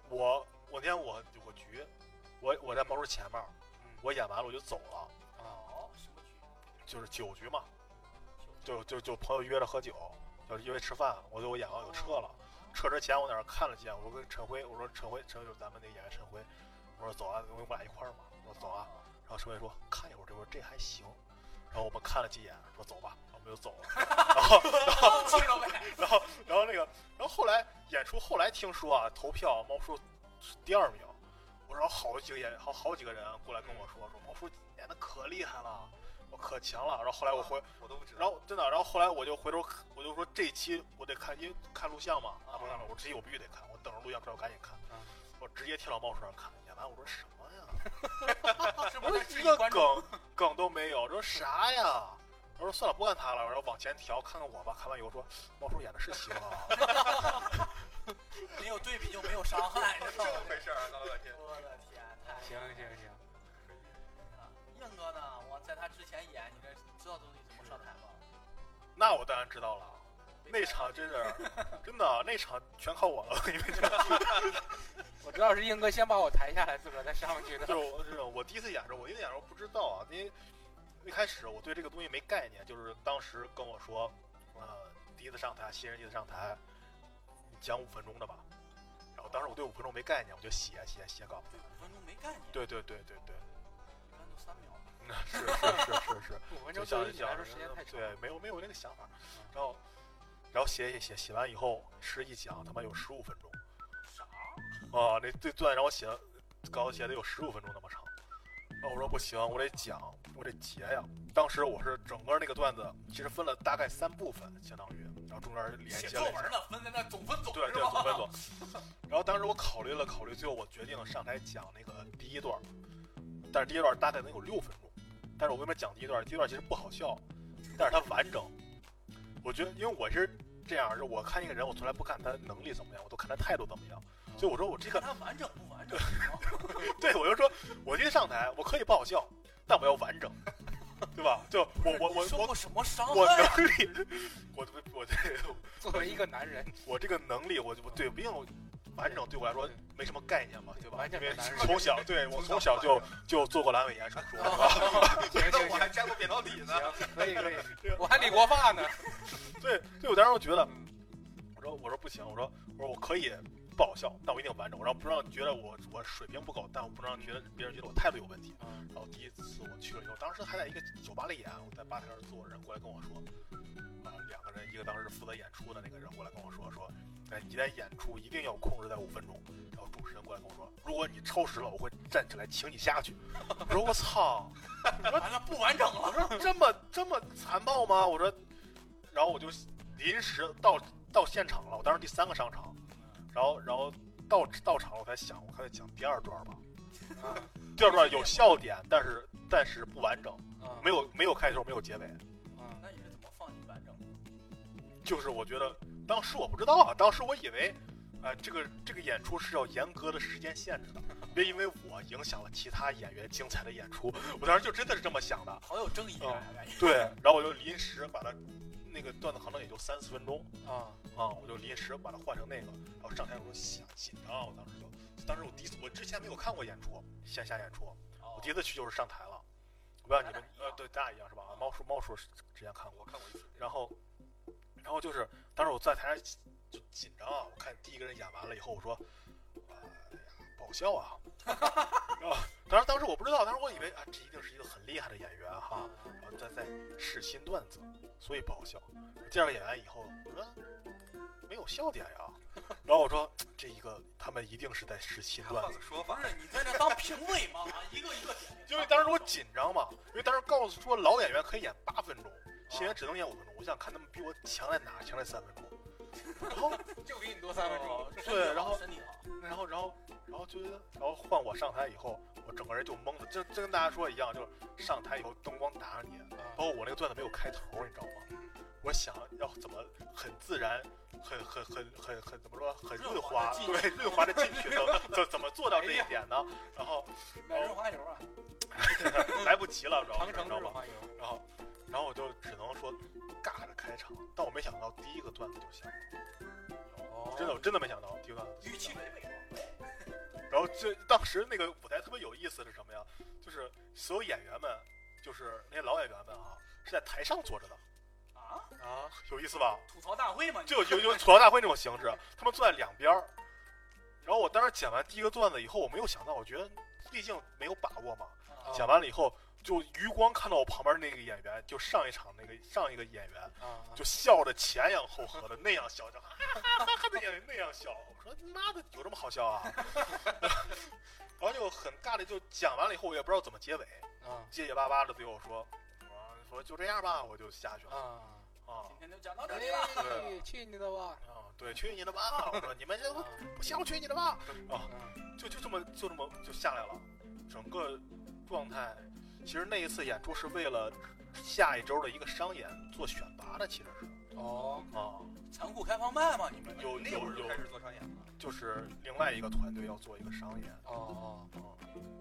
[SPEAKER 4] 我我那天我我局，我我在毛叔前面，
[SPEAKER 1] 嗯
[SPEAKER 4] 我演完了我就走了，
[SPEAKER 2] 啊
[SPEAKER 1] 哦，什么局？
[SPEAKER 4] 就是酒局嘛，就就就朋友约着喝酒，就是因为吃饭，我就我演完我就撤了。撤之前我在那儿看了几眼，我跟陈辉我说陈辉，陈辉就是咱们那个演员陈辉，我说走啊，我们俩一块儿嘛，我说走啊。然后陈辉说看一会儿，这会儿这还行。然后我们看了几眼，说走吧，然后我们就走了。 然后然后
[SPEAKER 1] 哦，知道呗。
[SPEAKER 4] 然后，然后那个，然后后来演出，后来听说啊，投票猫叔是第二名。我说好几个演，好好几个人啊过来跟我说，说猫叔演的可厉害了，我可强了。然后后来我回，
[SPEAKER 3] 啊我都不知道。
[SPEAKER 4] 然后真的，然后后来我就回头，我就说这一期我得看，因为看录像嘛，啊不是看了，我这期我必须得看，我等着录像出来我赶紧看
[SPEAKER 2] 嗯。
[SPEAKER 4] 我直接跳到猫叔上看，演完我说什么呀？
[SPEAKER 1] 是 不
[SPEAKER 4] 我说
[SPEAKER 1] 是质
[SPEAKER 4] 一
[SPEAKER 1] 疑
[SPEAKER 4] 个
[SPEAKER 1] 观众？
[SPEAKER 4] 梗梗都没有，我说啥呀？我说算了，不看他了，然后往前调看看我吧。看完以后说，猫叔演的是行啊。
[SPEAKER 1] 没有对比就没有伤害，
[SPEAKER 3] 这
[SPEAKER 1] 知道
[SPEAKER 3] 么
[SPEAKER 1] 吗
[SPEAKER 3] 回事儿啊，闹了半天。
[SPEAKER 1] 我的天，太
[SPEAKER 2] 行行行，
[SPEAKER 1] 啊硬哥呢？我在他之前演，你这知道自己怎么上台吗？
[SPEAKER 4] 那我当然知道了，那场真是，真的那场全靠我了，因为就
[SPEAKER 2] 我知道是硬哥先把我抬下来，自个儿再上去的。
[SPEAKER 4] 就这种我第一次演的时候，我第一次演的时候不知道啊，因为一开始我对这个东西没概念，就是当时跟我说，呃，第一次上台，新人第一次上台，你讲五分钟的吧，然后当时我对五分钟没概念，我就写写写稿，
[SPEAKER 1] 对，五分钟没概念，
[SPEAKER 4] 对对对对对，
[SPEAKER 1] 一般都三秒。
[SPEAKER 4] 那 是是是是是。
[SPEAKER 2] 五分
[SPEAKER 4] 就
[SPEAKER 2] 钟
[SPEAKER 4] 想
[SPEAKER 2] 对于你来说时间太长。嗯
[SPEAKER 4] 对，没有没有那个想法。然后，然后写写写写完以后，诗一讲，他妈有十五分钟。
[SPEAKER 1] 啥？
[SPEAKER 4] 啊，那这段让我写，稿写的有十五分钟那么长。然后我说不行，我得讲，我得截呀。当时我是整个那个段子，其实分了大概三部分，相当于，然后中间连
[SPEAKER 1] 写
[SPEAKER 4] 接
[SPEAKER 1] 作
[SPEAKER 4] 了一
[SPEAKER 1] 文
[SPEAKER 4] 下。
[SPEAKER 1] 呢，分在那总分总
[SPEAKER 4] 对
[SPEAKER 1] 是
[SPEAKER 4] 对，
[SPEAKER 1] 吧？
[SPEAKER 4] 总分总。然后当时我考虑了考虑，最后我决定上台讲那个第一段儿。但是第一段大概能有六分钟。但是我为什么讲第一段？第一段其实不好笑，但是它完整。我觉得，因为我是这样，是我看一个人，我从来不看他能力怎么样，我都看他态度怎么样。所以我说我这个
[SPEAKER 1] 看，它完整不完整。
[SPEAKER 4] 对我就说，我今天上台，我可以不好笑，但我要完整， 对吧？就我我
[SPEAKER 1] 不是你受
[SPEAKER 4] 我我
[SPEAKER 1] 过什么伤
[SPEAKER 4] 我
[SPEAKER 1] 害？
[SPEAKER 4] 能力， 我我这
[SPEAKER 2] 作为一个男人，
[SPEAKER 4] 我这个能力，我就对，因为我完整对我来说没什么概念嘛，对吧？
[SPEAKER 2] 完
[SPEAKER 4] 因
[SPEAKER 2] 整
[SPEAKER 4] 为
[SPEAKER 2] 的男人
[SPEAKER 4] 从小对我从小 就就做过阑尾炎手术，
[SPEAKER 2] 行行
[SPEAKER 3] 那我
[SPEAKER 2] 行
[SPEAKER 3] 还沾过扁桃体呢。
[SPEAKER 2] 行，可以可以
[SPEAKER 4] 这个，
[SPEAKER 2] 我还理过发呢。
[SPEAKER 4] 对，所以我当时我觉得，我说我说不行，我说我说我可以不好笑，但我一定完整，我让不让觉得我我水平不够，但我不让觉得别人觉得我态度有问题。然哦后第一次我去了以后，当时还在一个酒吧里演，我在吧台上坐着，人过来跟我说，啊、两个人，一个当时负责演出的那个人过来跟我说说，哎，你在演出一定要控制在五分钟。然后主持人过来跟我说，如果你超时了，我会站起来请你下去。 我说我操，
[SPEAKER 1] 完了，不完整
[SPEAKER 4] 我
[SPEAKER 1] 了。
[SPEAKER 4] 说这么这么残暴吗？我说，然后我就临时到到现场了，我当时第三个上场，然后然后到到场了我才想，我还得讲第二段吧。
[SPEAKER 2] 啊
[SPEAKER 4] 第二段有笑点，但是但是不完整，
[SPEAKER 2] 啊
[SPEAKER 4] 没有没有开头，没有结尾。
[SPEAKER 2] 啊
[SPEAKER 1] 那你是怎么放进完整的？
[SPEAKER 4] 就是我觉得当时我不知道啊，当时我以为，啊、这个这个演出是要严格的时间限制的，别因为我影响了其他演员精彩的演出。我当时就真的是这么想的。
[SPEAKER 1] 好有正义感啊！感觉
[SPEAKER 4] 对，然后我就临时把它那个段子可能也就三四分钟
[SPEAKER 2] 啊！
[SPEAKER 4] 啊，我就临时把它换成那个，然后上台我说想紧张，我当时就，当时我第一次我之前没有看过演出，线下演出，我
[SPEAKER 1] 哦
[SPEAKER 4] 第一次去就是上台了，我不知道你们
[SPEAKER 1] 咱俩一样
[SPEAKER 4] 呃对咱俩一样是吧？啊猫叔猫叔是之前看过，
[SPEAKER 3] 我看过一次，
[SPEAKER 4] 然后然后就是当时我在台上就紧张啊，我看第一个人演完了以后，我说，哎呀不好笑啊， 然后当时当时我不知道，当时我以为啊这一定是一个很厉害的演员哈、
[SPEAKER 1] 啊
[SPEAKER 4] 然后再再试新段子，所以不好笑。第二个演员以后，我说没有笑点呀， 然后我说这一个他们一定是在试新
[SPEAKER 3] 还
[SPEAKER 4] 段
[SPEAKER 3] 换
[SPEAKER 4] 子
[SPEAKER 3] 个，说
[SPEAKER 1] 不
[SPEAKER 3] 法，
[SPEAKER 1] 是你在那当评委吗？啊一个一啊个点。
[SPEAKER 4] 因为当时我紧张嘛，因为当时告诉说老演员可以演八分钟，新演员只能演五分钟，我想看他们比我强在哪，强在三分钟。然后
[SPEAKER 2] 就比你多三分钟。
[SPEAKER 1] 身体好
[SPEAKER 4] 哦对然后
[SPEAKER 1] 身体好，
[SPEAKER 4] 然后，然后，然后就，然后换我上台以后，我整个人就懵了，就就跟大家说一样，就是上台以后灯光打着你，包括我那个段子没有开头，你知道吗？我想要怎么很自然，很很很很很怎么说，很润滑，
[SPEAKER 1] 润
[SPEAKER 4] 对，润滑的进去，怎么怎怎么做到这一点呢？然后
[SPEAKER 1] 买润滑油啊！
[SPEAKER 4] 来不及了，主要
[SPEAKER 2] 长
[SPEAKER 4] 是
[SPEAKER 2] 城
[SPEAKER 4] 你知道
[SPEAKER 2] 之
[SPEAKER 4] 吗？
[SPEAKER 2] 花油，
[SPEAKER 4] 然后，然后我就只能说尬着开场，但我没想到第一个段子就下了，真的我真的没想到第一个段子就
[SPEAKER 1] 预
[SPEAKER 4] 下
[SPEAKER 1] 期
[SPEAKER 4] 了
[SPEAKER 1] 违背了。
[SPEAKER 4] 然后这当时那个舞台特别有意思是什么呀？就是所有演员们，就是那些老演员们啊，是在台上坐着的，
[SPEAKER 1] 啊！
[SPEAKER 2] 啊，
[SPEAKER 4] 有意思吧？
[SPEAKER 1] 吐槽大会嘛，你
[SPEAKER 4] 就有有吐槽大会那种形式，他们坐在两边儿。然后我当时剪完第一个段子以后，我没有想到，我觉得毕竟没有把握嘛。
[SPEAKER 1] 啊
[SPEAKER 4] 剪完了以后，就余光看到我旁边那个演员，就上一场那个上一个演员，
[SPEAKER 2] 啊，
[SPEAKER 4] 就笑的前仰后合的那样笑，就哈哈哈哈的那样笑。我说妈的，有这么好笑啊？ 然后就很尬的就讲完了以后，我也不知道怎么结尾，
[SPEAKER 2] 啊
[SPEAKER 4] 结结巴巴的对我说，我说就这样吧，我就下去了
[SPEAKER 2] 啊，
[SPEAKER 4] 啊
[SPEAKER 1] 今天就讲到这里了。
[SPEAKER 2] 哎，去你的吧！
[SPEAKER 4] 啊，对，去你的吧！我说你们这
[SPEAKER 2] 啊
[SPEAKER 4] 不行，我去你的吧！
[SPEAKER 2] 啊
[SPEAKER 4] 就就这么就这么就下来了，整个状态。其实那一次演出是为了下一周的一个商演做选拔的，其实是
[SPEAKER 2] 哦，
[SPEAKER 4] 啊，
[SPEAKER 1] 残酷开放麦嘛，你们
[SPEAKER 4] 有
[SPEAKER 3] 那会
[SPEAKER 4] 有
[SPEAKER 3] 儿就
[SPEAKER 4] 有
[SPEAKER 3] 开始做商演了。
[SPEAKER 4] 就是另外一个团队要做一个商演，嗯
[SPEAKER 2] 哦哦，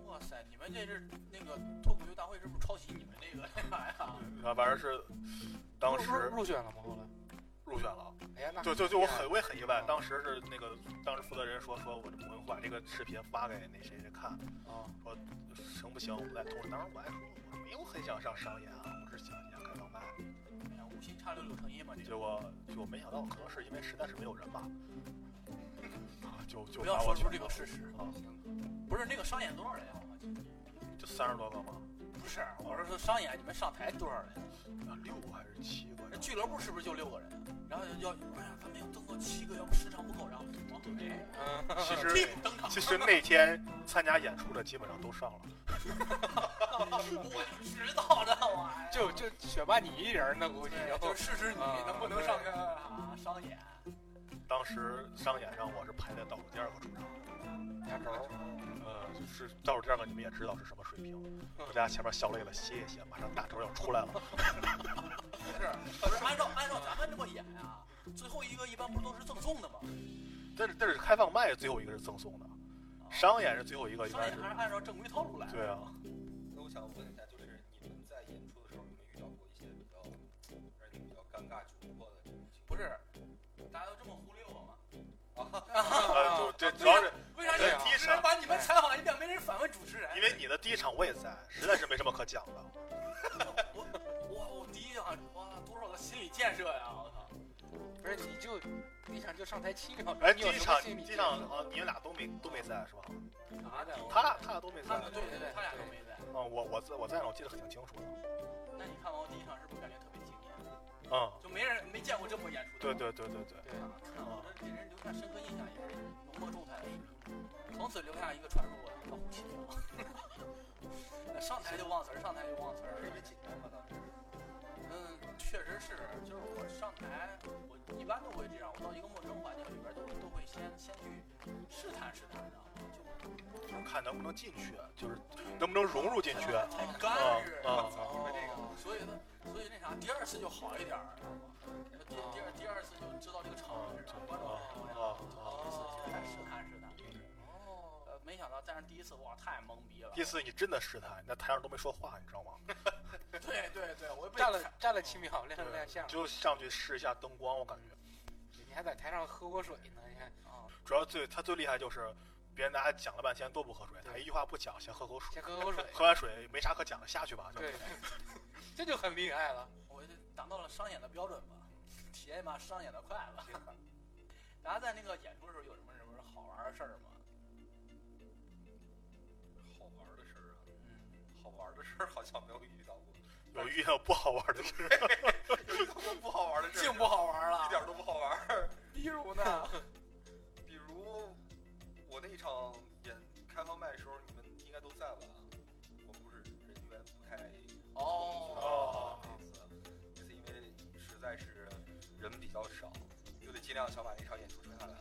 [SPEAKER 1] 哇塞，你们这是那个脱口秀大会是不是抄袭你们这个 啥呀？哎
[SPEAKER 4] 然后反正是当时
[SPEAKER 2] 入入选了吗？后来，
[SPEAKER 4] 入选了，
[SPEAKER 2] 哎呀，那
[SPEAKER 4] 对对对，我很我也很意外
[SPEAKER 2] 啊，
[SPEAKER 4] 当时是那个当时负责人说说我我把这个视频发给那谁谁看，
[SPEAKER 2] 啊
[SPEAKER 4] 行不行？我们再通知。当时我还说我没有很想上商演啊，我是想演开放麦，
[SPEAKER 1] 哎呀，无心插柳柳成荫嘛，这
[SPEAKER 4] 结
[SPEAKER 1] 个
[SPEAKER 4] 果就没想到，可能是因为实在是没有人吧，啊就就
[SPEAKER 1] 不要
[SPEAKER 4] 把
[SPEAKER 1] 说
[SPEAKER 4] 我
[SPEAKER 1] 出
[SPEAKER 4] 选
[SPEAKER 1] 这个
[SPEAKER 4] 了
[SPEAKER 1] 事实。
[SPEAKER 4] 啊，
[SPEAKER 1] 不是那个商演多少人啊？我记得
[SPEAKER 4] 就三十多个嘛，
[SPEAKER 1] 不是，我是说商演你们上台多少人啊？
[SPEAKER 4] 啊六个还是七个？
[SPEAKER 1] 那俱乐部是不是就六个人啊？然后要哎呀，咱们要登到七个，要不时长不够，然后往回
[SPEAKER 2] 嗯，
[SPEAKER 4] 其实
[SPEAKER 1] 替补登场。
[SPEAKER 4] 其实那天参加演出的基本上都上了。
[SPEAKER 1] 我就知道这玩意儿，
[SPEAKER 2] 就就选拔你一人呢，估计
[SPEAKER 1] 对，就试试你
[SPEAKER 2] 啊
[SPEAKER 1] 能不能上个啊商演。
[SPEAKER 4] 当时商演上我是排在倒数第二个出场，
[SPEAKER 2] 压轴儿，
[SPEAKER 4] 呃，就是倒数第二个你们也知道是什么水平，大家前面笑累了歇一歇，马上大轴要出来了，
[SPEAKER 1] 不是按照按照咱们这么演啊，最后一个一般不都是赠送的吗？
[SPEAKER 4] 但是但是开放麦最后一个是赠送的，商演是最后一个应
[SPEAKER 1] 啊商
[SPEAKER 4] 该
[SPEAKER 1] 演
[SPEAKER 4] 是，
[SPEAKER 1] 还是哦按照正规套路来。
[SPEAKER 4] 对啊，
[SPEAKER 3] 那我想问一下，就是你们在演出的时候，你们遇到过一些比较让你们比较尴尬、窘迫的这种情
[SPEAKER 1] 不是，大家都这么忽略我吗？
[SPEAKER 4] 呃，就这
[SPEAKER 1] 对
[SPEAKER 4] 主要是
[SPEAKER 1] 为啥
[SPEAKER 4] 对
[SPEAKER 1] 有
[SPEAKER 4] 第一
[SPEAKER 1] 有人
[SPEAKER 4] 场
[SPEAKER 1] 把你们采访一遍，没人反问主持人？
[SPEAKER 4] 因为你的第一场我也在，实在是没什么可讲的。
[SPEAKER 1] 哇，我第一场哇，多少个心理建设呀！我操，
[SPEAKER 2] 不是你就第一场就上台七秒钟，
[SPEAKER 4] 哎，
[SPEAKER 2] 你
[SPEAKER 4] 第
[SPEAKER 2] 有
[SPEAKER 4] 一
[SPEAKER 2] 什
[SPEAKER 4] 场
[SPEAKER 2] 么心理
[SPEAKER 4] 第一
[SPEAKER 2] 建
[SPEAKER 4] 场
[SPEAKER 2] 设
[SPEAKER 4] 啊，你们俩都没都没在是吧？
[SPEAKER 1] 啥的？
[SPEAKER 4] 他俩他俩都没在
[SPEAKER 1] 他
[SPEAKER 4] 啊
[SPEAKER 1] 们对对对，他俩都没在。，
[SPEAKER 4] 我我在我在呢，我记得很清楚的。
[SPEAKER 1] 那你看完我第一场是不是感觉特别惊艳？
[SPEAKER 4] 嗯，
[SPEAKER 1] 就没人没见过这么演出的。
[SPEAKER 4] 对对对对对，
[SPEAKER 2] 对，
[SPEAKER 1] 啊，看我这给人留下深刻印象也是浓墨重彩的事情，从此留下一个传说，我要虎气了。上台就忘词儿，上台就忘词儿，
[SPEAKER 3] 是因为紧张吗？当时
[SPEAKER 1] 嗯，确实是，就是我上台，我一般都会这样。我到一个陌生环境里边儿，都都会先先去试探试探，然后就
[SPEAKER 4] 就是看能不能进去，啊就是能不能融入进去。
[SPEAKER 1] 才干是。
[SPEAKER 4] 啊啊
[SPEAKER 1] 哦
[SPEAKER 3] 你们这个
[SPEAKER 1] 所以呢，所以那啥，第二次就好一点儿，知道吗？第第二第二次就知道这个场
[SPEAKER 4] 啊
[SPEAKER 1] 子是什么
[SPEAKER 4] 啊
[SPEAKER 1] 观众是什么样
[SPEAKER 4] 啊
[SPEAKER 1] 就
[SPEAKER 4] 啊！
[SPEAKER 1] 第一次现在试探试探。
[SPEAKER 2] 哦，
[SPEAKER 1] 呃，没想到，但是第一次哇，太懵逼了。
[SPEAKER 4] 第四，你真的试探，你在台上都没说话，你知道吗？
[SPEAKER 1] 对对对，我也被
[SPEAKER 2] 站了站了七秒，亮亮相，
[SPEAKER 4] 就上去试一下灯光，我感觉。
[SPEAKER 2] 你还在台上喝过水呢，你看，
[SPEAKER 1] 啊，
[SPEAKER 4] 主要最他最厉害就是，别人大家讲了半天都不喝水，
[SPEAKER 2] 对
[SPEAKER 4] 他一句话不讲，先喝口水，
[SPEAKER 2] 先喝口水，
[SPEAKER 4] 喝完水没啥可讲的，下去吧。就
[SPEAKER 2] 对， 这就很厉害了。
[SPEAKER 1] 我就达到了商演的标准吧，体验嘛商演的快乐。大家在那个演出的时候有什么什么好玩的事儿吗？
[SPEAKER 3] 好玩的事儿啊，
[SPEAKER 1] 嗯，
[SPEAKER 3] 好玩的事儿 好像没有遇到过，
[SPEAKER 4] 有遇到不好玩 的事，
[SPEAKER 3] 有遇到过不好玩的事儿，
[SPEAKER 1] 净不好玩了
[SPEAKER 3] 一点儿都不好玩儿。
[SPEAKER 1] 比如呢？
[SPEAKER 3] 比如我那一场演开放麦的时候，你们应该都在吧？我们不是人员不太
[SPEAKER 1] 哦
[SPEAKER 3] 那次那次因为实在是人比较少，就得尽量想把那场演出撑下来嘛。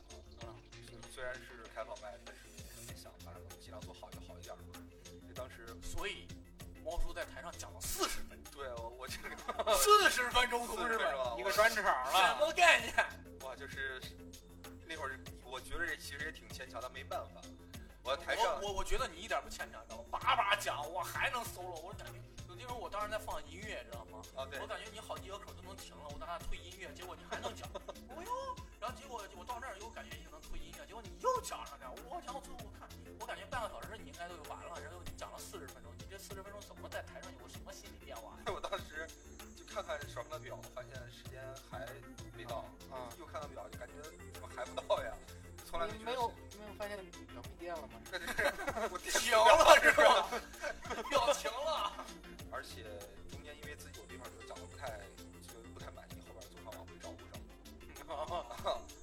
[SPEAKER 3] 虽然是开放麦，但是也想反正尽量做好就好一点嘛。因为当时
[SPEAKER 1] 所以，猫叔在台上讲了四十分
[SPEAKER 3] 对我我这个
[SPEAKER 1] 钟，四十分钟，
[SPEAKER 3] 四
[SPEAKER 1] 同志
[SPEAKER 3] 十分
[SPEAKER 1] 们，
[SPEAKER 3] 钟
[SPEAKER 2] 一个专场
[SPEAKER 1] 什
[SPEAKER 2] 了，
[SPEAKER 1] 么概念？
[SPEAKER 3] 哇，就是那会儿我觉得其实也挺牵强，但没办法。我在台上
[SPEAKER 1] 我我我觉得你一点不欠强，知道吗？叭叭讲，我还能 solo，我感觉，因为我当时在放音乐，知道吗？
[SPEAKER 3] 啊对
[SPEAKER 1] 我感觉你好几个口就能停了，我当时退音乐，结果你还能讲， 我哟，然后结果我到那儿又感觉已经能退音乐，结果你又讲上点，我讲我最后我看，我感觉半个小时你应该都完了，然后你讲了四十分钟，你这四十分钟怎么在台上有个什么心理变化呀？
[SPEAKER 3] 我当时就看看手上的表，发现时间还没到，
[SPEAKER 2] 啊，
[SPEAKER 3] 又看看表，就感觉怎么还不到呀？从来没
[SPEAKER 2] 你
[SPEAKER 3] 觉
[SPEAKER 2] 没
[SPEAKER 3] 得
[SPEAKER 2] 有没有发现表没电 了吗？
[SPEAKER 3] 是，但是我点
[SPEAKER 1] 停了 是吧？ 表情了。
[SPEAKER 3] 而且中间因为自己有地方就长得不太就不太满意，后边总想往回找补上。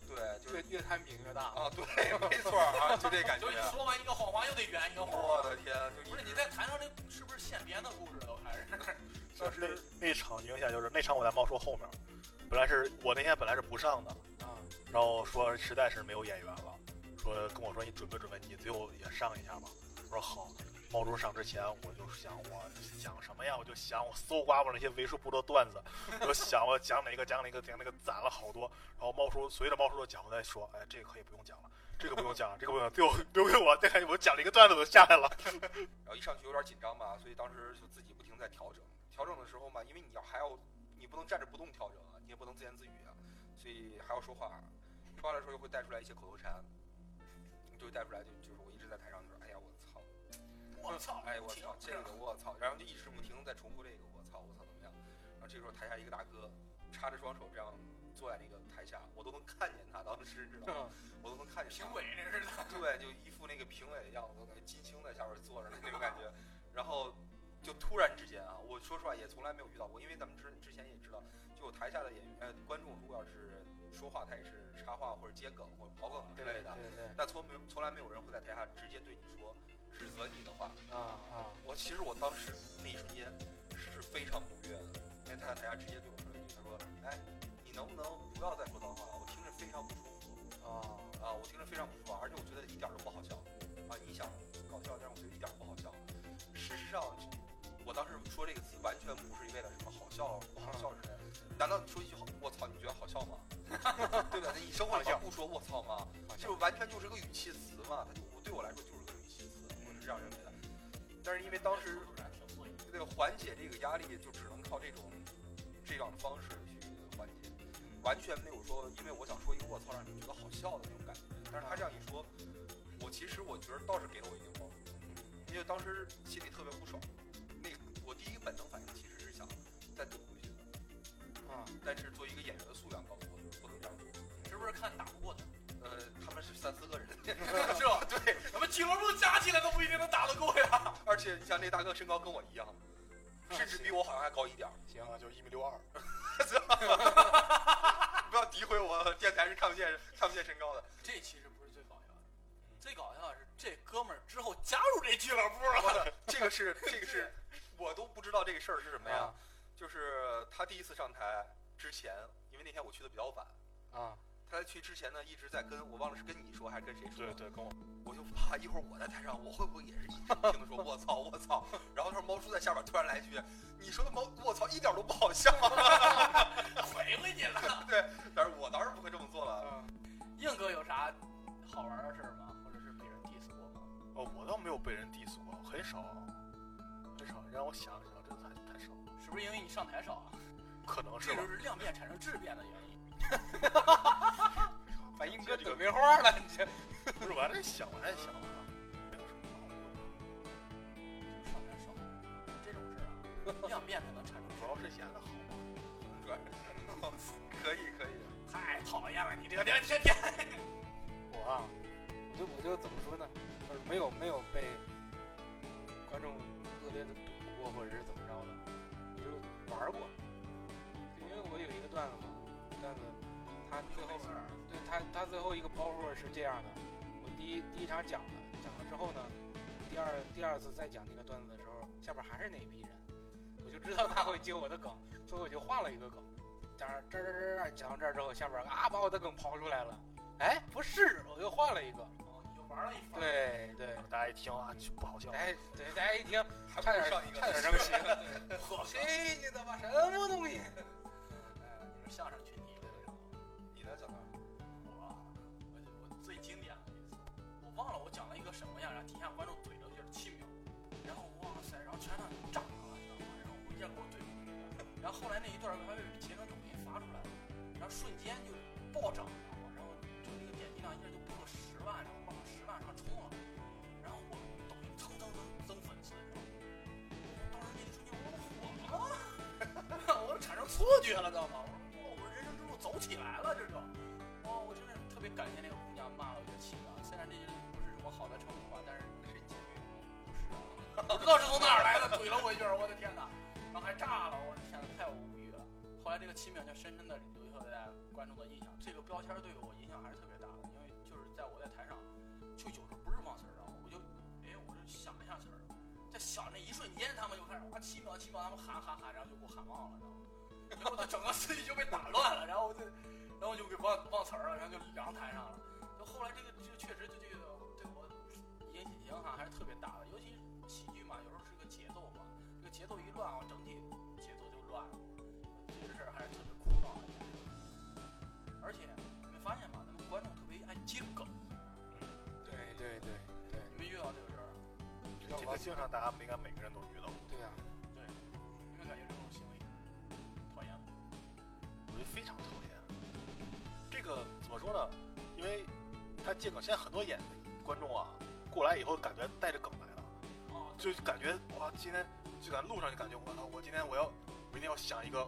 [SPEAKER 3] 对，就
[SPEAKER 2] 越
[SPEAKER 3] 是
[SPEAKER 2] 越摊饼越大，
[SPEAKER 3] 啊，对， 没错 啊，就这感觉
[SPEAKER 1] 就。你说完一个谎话又得圆一个谎
[SPEAKER 3] 我
[SPEAKER 1] 话，
[SPEAKER 3] 的天，就
[SPEAKER 1] 不是你在台上那是不是现编的故事都还是？
[SPEAKER 3] 当
[SPEAKER 4] 那
[SPEAKER 3] 时
[SPEAKER 4] 那场影响就是那场我在猫叔后面，本来是我那天本来是不上的，
[SPEAKER 2] 啊，
[SPEAKER 4] 然后说实在是没有演员了，说跟我说你准备准备，你最后也上一下吧。我说好。猫叔上之前，我就想我讲什么呀？我就想我搜刮我那些为数不多段子，我就想我讲哪个讲哪个讲哪个攒了好多。然后猫叔随着猫叔的讲，我再说，哎，这个可以不用讲了，这个不用讲了，这个不用讲了，最后留给我。再看我讲了一个段子，我就下来了。
[SPEAKER 3] 然后一上去有点紧张嘛，所以当时就自己不停在调整。调整的时候嘛，因为你要还要，你不能站着不动调整啊，你也不能自言自语啊，所以还要说话。啊说话的时候又会带出来一些口头禅，就会带出来就就是我一直在台上就说，哎呀我操，
[SPEAKER 1] 我操！
[SPEAKER 3] 哎我
[SPEAKER 1] 停
[SPEAKER 3] 操，这个我操，然后就一直不停地在重复这个我操我操怎么样。然后这时候台下一个大哥插着双手这样坐在那个台下，我都能看见他，当时知道吗，我都能看见他
[SPEAKER 1] 评委这是
[SPEAKER 3] 对，就一副那个评委的样子，我感觉金星在下边坐着的那种感觉。然后就突然之间啊，我说实话也从来没有遇到过，因为咱们之之前也知道，就台下的演员呃观众如果要是说话，他也是插话或者接梗或者跑梗之
[SPEAKER 2] 对
[SPEAKER 3] 类
[SPEAKER 2] 对
[SPEAKER 3] 的。
[SPEAKER 2] 对，
[SPEAKER 3] 但从没有从来没有人会在台下直接对你说指责你的话。
[SPEAKER 2] 啊啊，
[SPEAKER 3] 我其实我当时那一瞬间是非常不悦的，因为他在台下直接对我说了一句，他说：“哎，你能不能不要再说脏话了？我听着非常不舒服。”
[SPEAKER 2] 哦，
[SPEAKER 3] 啊，我听着非常不爽，而且我觉得一点儿都不好笑啊！你想搞笑，但是我觉得一点儿都不好笑。事实上，我当时说这个词完全不是为了什么好笑不好笑之类的。难道你说一句好“我操”，你觉得好笑吗？ 对吧？你生活里面不说“我操”吗？就是完全就是个语气词嘛，它就我对我来说就是个语气词，我是这样认为的。但是因为当时这个缓解这个压力，就只能靠这种这样的方式去缓解，完全没有说因为我想说一个“我操”让你们觉得好笑的那种感觉。但是他这样一说，我其实我觉得倒是给了我一定帮助，因为当时心里特别不爽。那个我第一个本能反应其实是想再怼回去的，
[SPEAKER 2] 啊，
[SPEAKER 3] 但是作为一个演员的素养告诉我，不能这样做。
[SPEAKER 1] 是不是看打不过他？
[SPEAKER 3] 呃，他们是三四个人，
[SPEAKER 1] 是吧？对，咱们俱乐部加起来都不一定能打得过呀。
[SPEAKER 3] 而且你像那大哥身高跟我一样，甚至比我好像还高一点儿。
[SPEAKER 2] 嗯行
[SPEAKER 4] 行，啊，就一米六二，
[SPEAKER 3] 不要诋毁我，电台是看不见看不见身高的。
[SPEAKER 1] 这其实不是最搞笑的，最搞笑的是这哥们儿之后加入这俱乐部了。
[SPEAKER 3] 我的这个是这 个是，我都不知道这个事儿是什么
[SPEAKER 2] 啊
[SPEAKER 3] 呀。就是他第一次上台之前，因为那天我去的比较晚，
[SPEAKER 2] 啊，
[SPEAKER 3] 他在去之前呢一直在跟我忘了是跟你说还是跟谁说
[SPEAKER 4] 对，对，跟我
[SPEAKER 3] 我就怕一会儿我在台上，我会不会也是一直不停的说 我操我操，然后他说猫叔在下边突然来一句，你说的猫我操一点都不好笑，
[SPEAKER 1] 回回你了。
[SPEAKER 3] 对，但是我当然不会这么做了。
[SPEAKER 1] 硬哥有啥好玩的事儿吗？或者是被人 diss 过吗？
[SPEAKER 4] 哦，我倒没有被人 diss 过，很少，很少。让我想一想，真的太太少了，
[SPEAKER 1] 是不是因为你上台少？啊
[SPEAKER 4] 可能是
[SPEAKER 1] 这
[SPEAKER 4] 吧
[SPEAKER 1] 就。是量变产生质变的原因。
[SPEAKER 2] 把硬哥
[SPEAKER 4] 这个
[SPEAKER 2] 怼没话了，你这
[SPEAKER 4] 不是，我还在想，我还在想，啊没有什么好的
[SPEAKER 1] 上台少，这种 事儿啊，量变才能产生
[SPEAKER 4] 主
[SPEAKER 1] 质
[SPEAKER 4] 要是演的好嘛。
[SPEAKER 3] 对，可以可以。
[SPEAKER 1] 变。太讨厌了，你这个人天天。
[SPEAKER 2] 我啊，我就我就怎么说呢，就是没有没有被观众恶劣的怼过，或者是怎么着的，我就玩儿过。因为我有一个段子嘛，段子他最后对他他最后一个包袱是这样的，我第一第一场讲了，讲了之后呢，第二第二次再讲那个段子的时候，下边还是那一批人，我就知道他会接我的梗，所以我就换了一个梗。讲这儿这儿这儿这儿讲到这儿之后，下边啊把我的梗刨出来了，哎，不是，我又换了一个。
[SPEAKER 1] 哦你就玩了一番。
[SPEAKER 2] 对对，
[SPEAKER 4] 大家一听啊，就不好笑。
[SPEAKER 2] 哎，对，大家一听，
[SPEAKER 3] 还
[SPEAKER 2] 差点
[SPEAKER 3] 上一个，
[SPEAKER 2] 差点生气。
[SPEAKER 1] 呵，
[SPEAKER 2] 谁你他妈什么东西？
[SPEAKER 1] 哎你是相声群体的这种。
[SPEAKER 3] 你呢，小唐？
[SPEAKER 1] 我啊，我就我最经典的一次，我忘了我讲了一个什么呀，然后底下观众怼了就是七秒，然后哇塞，然后全场炸了，你知道吗？然后我一下给我怼回去了，然后后来那一段还被截成抖音发出来了，然后瞬间就暴涨，你知道吗？然后就那个点击量一下就破了十万，然后往十万上冲了，然后我抖音蹭蹭蹭增粉丝，然后当时那一瞬间我火了，我产生错觉了，知道吗？我说哇，我人生之路走起来了，这种。哦，我真的特别感谢那个姑娘骂了我一个气啊！虽然这些不是什么好的成语吧，但是
[SPEAKER 3] 是你姐妹。
[SPEAKER 1] 不是啊，不知道是从哪儿来的，怼了我一句儿，我的天哪！然后还炸了，我的天哪，太无语了。后来这个七秒就深深的留下了在观众的印象，这个标签儿对我影响还是特别大的，因为就是在我在台上，就有时候不是忘词儿了，我就哎，我就想一下词儿，在想那一瞬间，他们就开始哇七秒七秒，他们喊喊喊，然后就给我喊忘了，然后然后我的整个思绪就被打乱了，然后我就然后我就给忘忘词儿了，然后就凉台上了。就后来这个这个确实就这个对我影影响还是特别大的，尤其喜剧嘛，有时候是个节奏嘛，这个节奏一乱，我啊整体节奏就乱了，这个事儿还是特别苦恼的。而且你们发现吗？咱们观众特别爱接梗，
[SPEAKER 2] 对对对对
[SPEAKER 1] 你们遇到这个事儿，啊
[SPEAKER 4] 这个经常大家应该每个人都遇到过，
[SPEAKER 2] 对啊！
[SPEAKER 1] 你们感觉这种行为讨厌吗？
[SPEAKER 4] 我觉得非常讨厌。这个怎么说呢？因为他借梗，现在很多演观众啊过来以后，感觉带着梗来了。
[SPEAKER 1] 哦，
[SPEAKER 4] 就感觉哇，今天就在路上就感觉我操，我今天我要我一定要想一个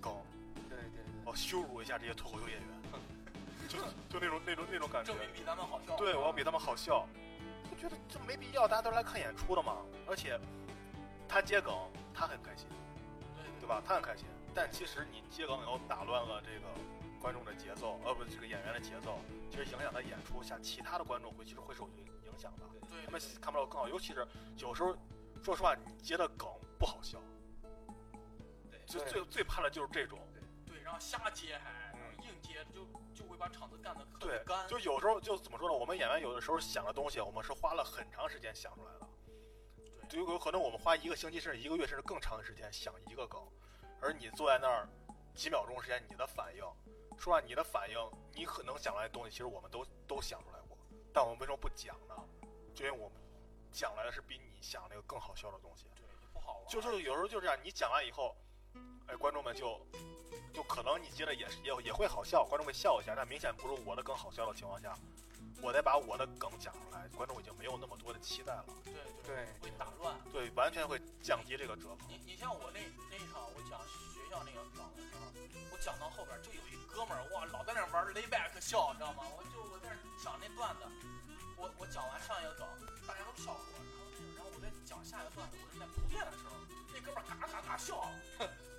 [SPEAKER 4] 梗，
[SPEAKER 2] 对对对，
[SPEAKER 4] 我羞辱一下这些脱口秀演员，就就那种那种那种感觉
[SPEAKER 1] 证。明比咱们好笑。
[SPEAKER 4] 对，我要比他们好笑，就觉得这没必要，大家都是来看演出的嘛。而且他接梗，他很开心，
[SPEAKER 1] 对
[SPEAKER 4] 对吧？他很开心。但其实你接梗以后打乱了这个观众的节奏，呃，不是这个演员的节奏，其实影响他演出，像其他的观众会其实会受影影响的。
[SPEAKER 1] 对
[SPEAKER 4] 他们看不到更好，尤其是有时候，说实话，你接的梗不好笑，
[SPEAKER 3] 对
[SPEAKER 4] 最
[SPEAKER 2] 对
[SPEAKER 4] 最最怕的就是这种，
[SPEAKER 1] 对，然后瞎接还，然后硬接就就会会把场子干得
[SPEAKER 4] 对
[SPEAKER 1] 很干，，
[SPEAKER 4] 就有时候就怎么说呢？我们演员有的时候想的东西，我们是花了很长时间想出来的。就有可能我们花一个星期甚至一个月甚至更长的时间想一个梗，而你坐在那儿几秒钟时间，你的反应，说实话，你的反应，你可能想出来的东西，其实我们都都想出来过，但我们为什么不讲呢？就因为我们讲来的是比你想那个更好笑的东西。
[SPEAKER 1] 对，就不好玩。
[SPEAKER 4] 就是有时候就这样，你讲完以后，哎，观众们就就可能你接着也是也也会好笑，观众会笑一下，但明显不如我的更好笑的情况下，我再把我的梗讲出来，观众已经没有那么多的期待了，
[SPEAKER 1] 对
[SPEAKER 2] 对
[SPEAKER 1] 会打乱。
[SPEAKER 4] 对，完全会降低这个折扣。
[SPEAKER 1] 你你像我那那一场，我讲学校那个梗的时候，我讲到后边就有一哥们儿哇，老在那玩 layback 笑，你知道吗？我就我在那讲那段子，我我讲完上一个梗，大家都笑我，然后那个然后我在讲下一个段子，我是在铺垫的时候，那哥们儿嘎嘎嘎 笑，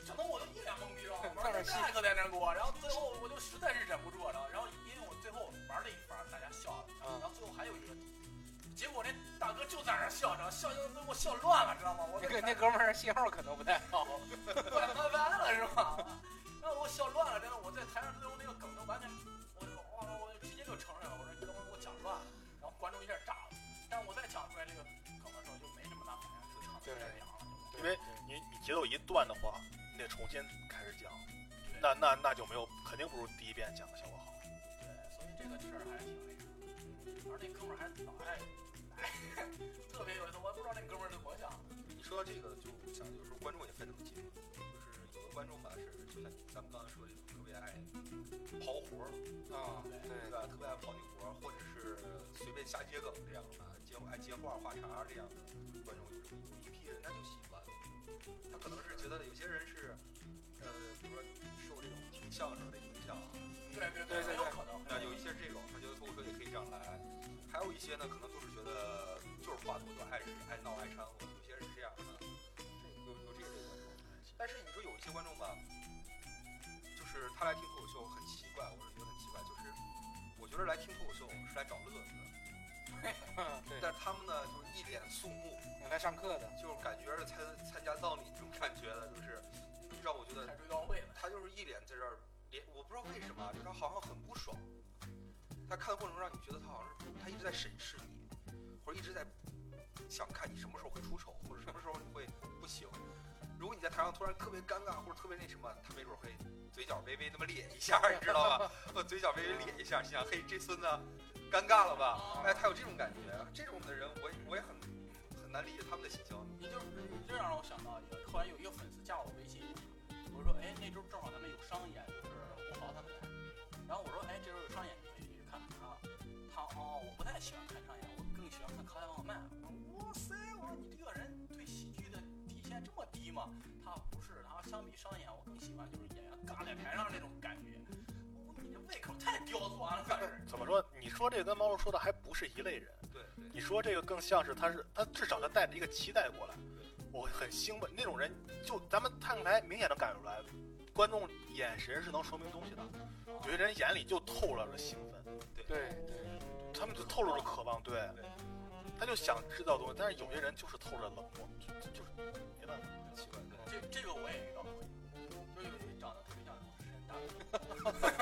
[SPEAKER 1] 整得我都一脸懵逼了，玩 layback 在那儿给我，然后最后我就实在是忍不住了，然后因为我最后玩了一盘，大家笑了，然后最后还有一个。结果那大哥就在那儿笑着，笑笑都给我笑乱了，知道吗？我
[SPEAKER 2] 那
[SPEAKER 1] 在
[SPEAKER 2] 个 那哥们儿信号可能不太好。
[SPEAKER 1] 快拜拜了是吧？然后我笑乱了，真的，我在台上最后那个梗都完全，我就哇，我直接就承认了，我说哥们儿给我讲乱了，然后观众一下炸了。但是我再讲出来这个梗的时候就没什么大反应，就场子变凉了。
[SPEAKER 4] 因为你你节奏一断的话，你得重新开始讲，
[SPEAKER 1] 对
[SPEAKER 4] 那那那就没有，肯定不如第一遍讲的效果好。
[SPEAKER 1] 对，所以这个事儿还是挺那啥的。而那哥们儿还老爱来， 特别有意思，我也不知道那哥们儿是怎么想的。
[SPEAKER 3] 你说到这个，就我想有时候观众也分那么清，就是有的观众吧是就像咱们刚才说的，特别爱刨活儿，
[SPEAKER 2] 啊，
[SPEAKER 3] 对
[SPEAKER 2] 对，
[SPEAKER 3] 吧？特别爱刨你活儿，或者是随便瞎接梗这样的，啊接爱接话话茬儿这样的观众，有有一批人他就喜欢，他可能是觉得有些人是，呃，比如说受这种听相声的影响，啊
[SPEAKER 1] 对对
[SPEAKER 2] 对对
[SPEAKER 1] 很有可能。
[SPEAKER 3] 那有一些这种，他觉得脱口秀也可以这样来；还有一些呢，可能就是觉得就是话多，就爱爱闹爱掺和。有些人是这样的，有有这个观众。但是你说有一些观众吧，就是他来听脱口秀很奇怪，我是觉得很奇怪，就是我觉得来听脱口秀是来找乐子的，
[SPEAKER 2] 对，
[SPEAKER 3] 但他们呢就是一脸肃穆，
[SPEAKER 2] 有来上课的，
[SPEAKER 3] 就是感觉是参参加葬礼这种感觉的，就是让我觉得
[SPEAKER 1] 开追悼会了，
[SPEAKER 3] 他就是一脸在这儿脸，我不知道为什么啊，就是他好像很不爽。他看的过程中让你觉得他好像是他一直在审视你，或者一直在想看你什么时候会出丑，或者什么时候你会不行。如果你在台上突然特别尴尬或者特别那什么，他没准会嘴角微微那么咧一下，你知道 吧？我嘴角微微咧一下，心想嘿，这孙子尴尬了吧？哎，他有这种感觉，这种的人我也我也很很难理解他们的心情。
[SPEAKER 1] 你就你这让我想到一个，后来有一个粉丝加我微信，我说哎那周正好咱们有商演，就是吴豪他们来，然后我说哎这周有商演你可以去看啊，他哦我不太喜欢看商演，我更喜欢看卡拉奥曼。哇塞，我说你这个人对喜剧的底线这么低吗？他不是，然后相比商演，我更喜欢就是演员尬在台上那种感觉。我说你这胃口太刁钻了，可是。
[SPEAKER 4] 怎么说？你说这个跟猫叔说的还不是一类人。
[SPEAKER 3] 对对
[SPEAKER 4] 你说这个更像是他是他至少他带着一个期待过来，我很兴奋。那种人就咱们看来明显能感觉出来，观众眼神是能说明东西的。有些人眼里就透露着兴奋，
[SPEAKER 2] 对对。
[SPEAKER 4] 他们就透露着渴望，对
[SPEAKER 3] 对，
[SPEAKER 4] 他就想制造东西。但是有些人就是透着冷漠，就就是没办法。
[SPEAKER 3] 很奇怪，对。
[SPEAKER 1] 这这个我也遇到过，就有一个长得特别像主持人大哥，是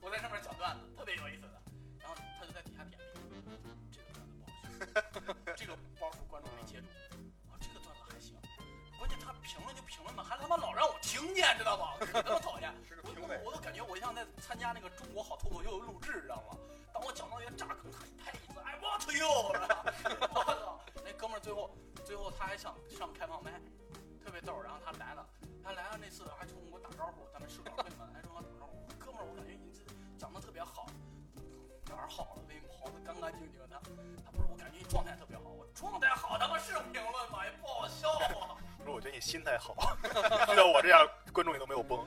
[SPEAKER 1] 我在上面讲段子，特别有意思的，然后他就在底下点评，这个段子不好笑，这个包袱观众没接住，啊，这个段子还行，关键他评论就评论吧，还他妈老让我听见，知道吧？我他妈讨厌，
[SPEAKER 3] 是个
[SPEAKER 1] 我
[SPEAKER 3] 评委
[SPEAKER 1] 我我都感觉我像在参加那个中国好脱口秀的录制，知道吗？当我讲到一个炸坑，他一拍椅子，I want you，我 操！那哥们儿最后最后他还想上开放麦，特别逗。然后他来了，他来了那次还冲我打招呼，咱们社长会们还冲我打招呼，哥们儿，我感觉你这讲的特别好，哪儿好了？那袍子干干净净的，他不是我感觉你状态特别好，我状态好他妈是评论吗？也不好笑啊。
[SPEAKER 4] 不是，我觉得你心态好， 遇到我这样观众你都没有崩。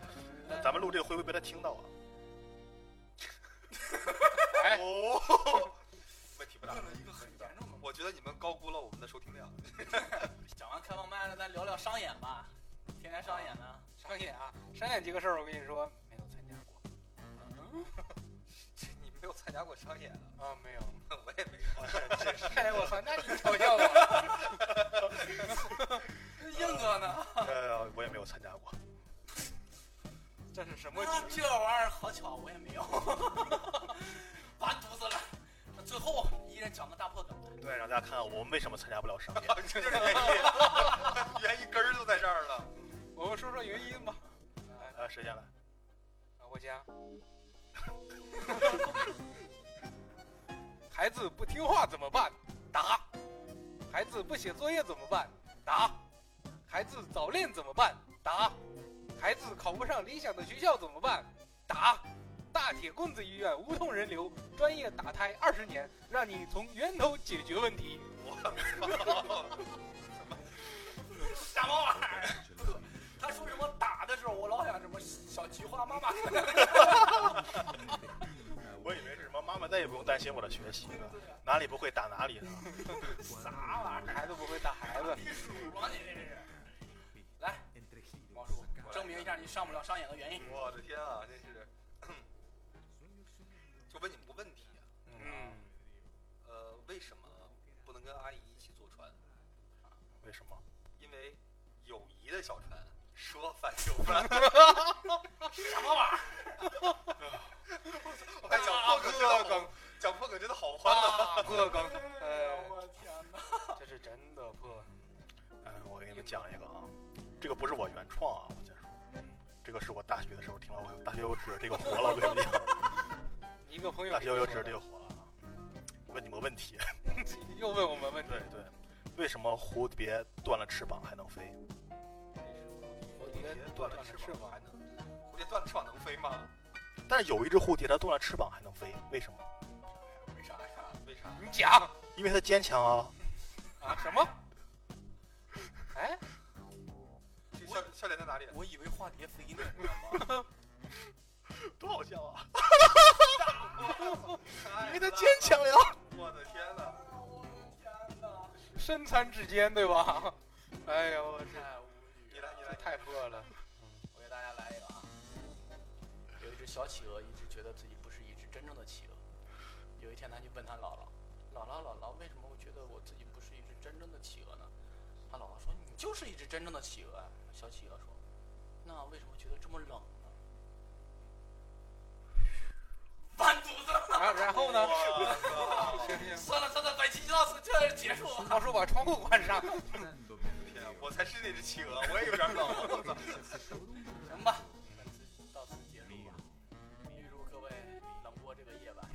[SPEAKER 4] 咱们录这个会不会被他听到啊？
[SPEAKER 2] 哎
[SPEAKER 4] 哦，
[SPEAKER 3] 问题不大，一个很
[SPEAKER 1] 严重的
[SPEAKER 3] 我觉得你们高估了我们的收听量。
[SPEAKER 1] 讲完开放麦了，咱聊聊商演吧，天天商演呢。
[SPEAKER 2] 商演啊，商演这个事儿，我跟你说没有参加过
[SPEAKER 3] 哎你没有参加过 商演啊？
[SPEAKER 2] 啊， 没有，
[SPEAKER 3] 我也没有，真是。
[SPEAKER 2] 哎，我操，那你嘲笑我？
[SPEAKER 1] 硬哥呢？
[SPEAKER 4] 呃，我也没有参加过。
[SPEAKER 2] 这是什么
[SPEAKER 1] 那
[SPEAKER 2] 局？
[SPEAKER 1] 啊这玩意儿好巧，我也没有。 最后一人讲个大破梗来。
[SPEAKER 4] 对，让大家看看我们为什么参加不了商演。
[SPEAKER 3] 就是原因，原因根 儿就在这儿了。
[SPEAKER 2] 我们说说原因吧。
[SPEAKER 4] 呃，谁先来？
[SPEAKER 2] 啊，我家。 孩子不听话怎么办？打。孩子不写作业怎么办？打。孩子早恋怎么办？打。孩子考不上理想的学校怎么办？打。大铁棍子医院无痛人流，专业打胎二十年，让你从源头解决问题。
[SPEAKER 1] 什么玩意儿？他说什么打的时候，我老想什么小菊花妈妈。
[SPEAKER 4] 我以为是什么妈妈再也不用担心我的学习了，哪里不会打哪里呢？
[SPEAKER 1] 啥玩意儿？
[SPEAKER 2] 孩子不会打孩子，
[SPEAKER 1] 你数吧你这是。来，王叔，证明一下你上不了商演的原因。
[SPEAKER 3] 我的天啊，真是，就问你们个问题啊，
[SPEAKER 2] 嗯，
[SPEAKER 3] 呃，为什么不能跟阿姨一起坐船？
[SPEAKER 4] 为什么？
[SPEAKER 3] 因为友谊的小船说翻就翻。
[SPEAKER 1] 什么玩意儿？
[SPEAKER 3] 我看讲破梗真的好，讲破梗真的好欢乐。
[SPEAKER 2] 啊，破梗，
[SPEAKER 1] 哎我天哪！
[SPEAKER 2] 这是真的破。
[SPEAKER 4] 哎，我给你们讲一个啊，这个不是我原创啊，我先说，这个是我大学的时候听到，我大学又指着这个活了，我跟你们讲，
[SPEAKER 2] 一个朋友
[SPEAKER 4] 大
[SPEAKER 2] 给
[SPEAKER 4] 学又
[SPEAKER 2] 我
[SPEAKER 4] 指
[SPEAKER 2] 说的
[SPEAKER 4] 着这个活了啊。问你们个问题，
[SPEAKER 2] 又问我们问题
[SPEAKER 4] 对，对， 为什么蝴蝶断了翅膀还能飞？
[SPEAKER 2] 蝴蝶断了翅膀
[SPEAKER 3] 还能？蝴蝶断了翅膀能飞吗？
[SPEAKER 4] 但是有一只蝴蝶它断了翅膀还能飞，为什么？
[SPEAKER 3] 为啥呀？为啥？
[SPEAKER 2] 你讲
[SPEAKER 4] 因为它坚强 啊。
[SPEAKER 2] 啊什么？哎，
[SPEAKER 3] 这笑笑脸在哪里？啊
[SPEAKER 1] 我以为化蝶飞呢，你知道吗？
[SPEAKER 4] 多好笑啊！
[SPEAKER 3] 因
[SPEAKER 4] 因为它坚。强呀。
[SPEAKER 3] 我的天
[SPEAKER 1] 哎
[SPEAKER 3] 哪！
[SPEAKER 2] 身残志坚对吧？ 哎呦，我这
[SPEAKER 1] 太无语
[SPEAKER 3] 你
[SPEAKER 1] 了。
[SPEAKER 3] 来，你来，
[SPEAKER 2] 太破了。
[SPEAKER 1] 我给大家来一个啊，有一只小企鹅一直觉得自己不是一只真正的企鹅。有一天，它就问他姥姥：“姥姥，姥姥，为什么我觉得我自己不是一只真正的企鹅呢？”他姥姥说：“你就是一只真正的企鹅。”啊。”小企鹅说：“那为什么觉得这么冷呢？”完犊子！
[SPEAKER 2] 然后然后呢？
[SPEAKER 3] 哇
[SPEAKER 2] 行行，
[SPEAKER 1] 算了算了，本期就到此这儿结束。
[SPEAKER 2] 老叔把窗户关上。
[SPEAKER 3] 天啊，我才是那只企鹅，我也有点冷。我操！
[SPEAKER 1] 行吧，本次到此结束吧。预祝各位冷过这个夜晚。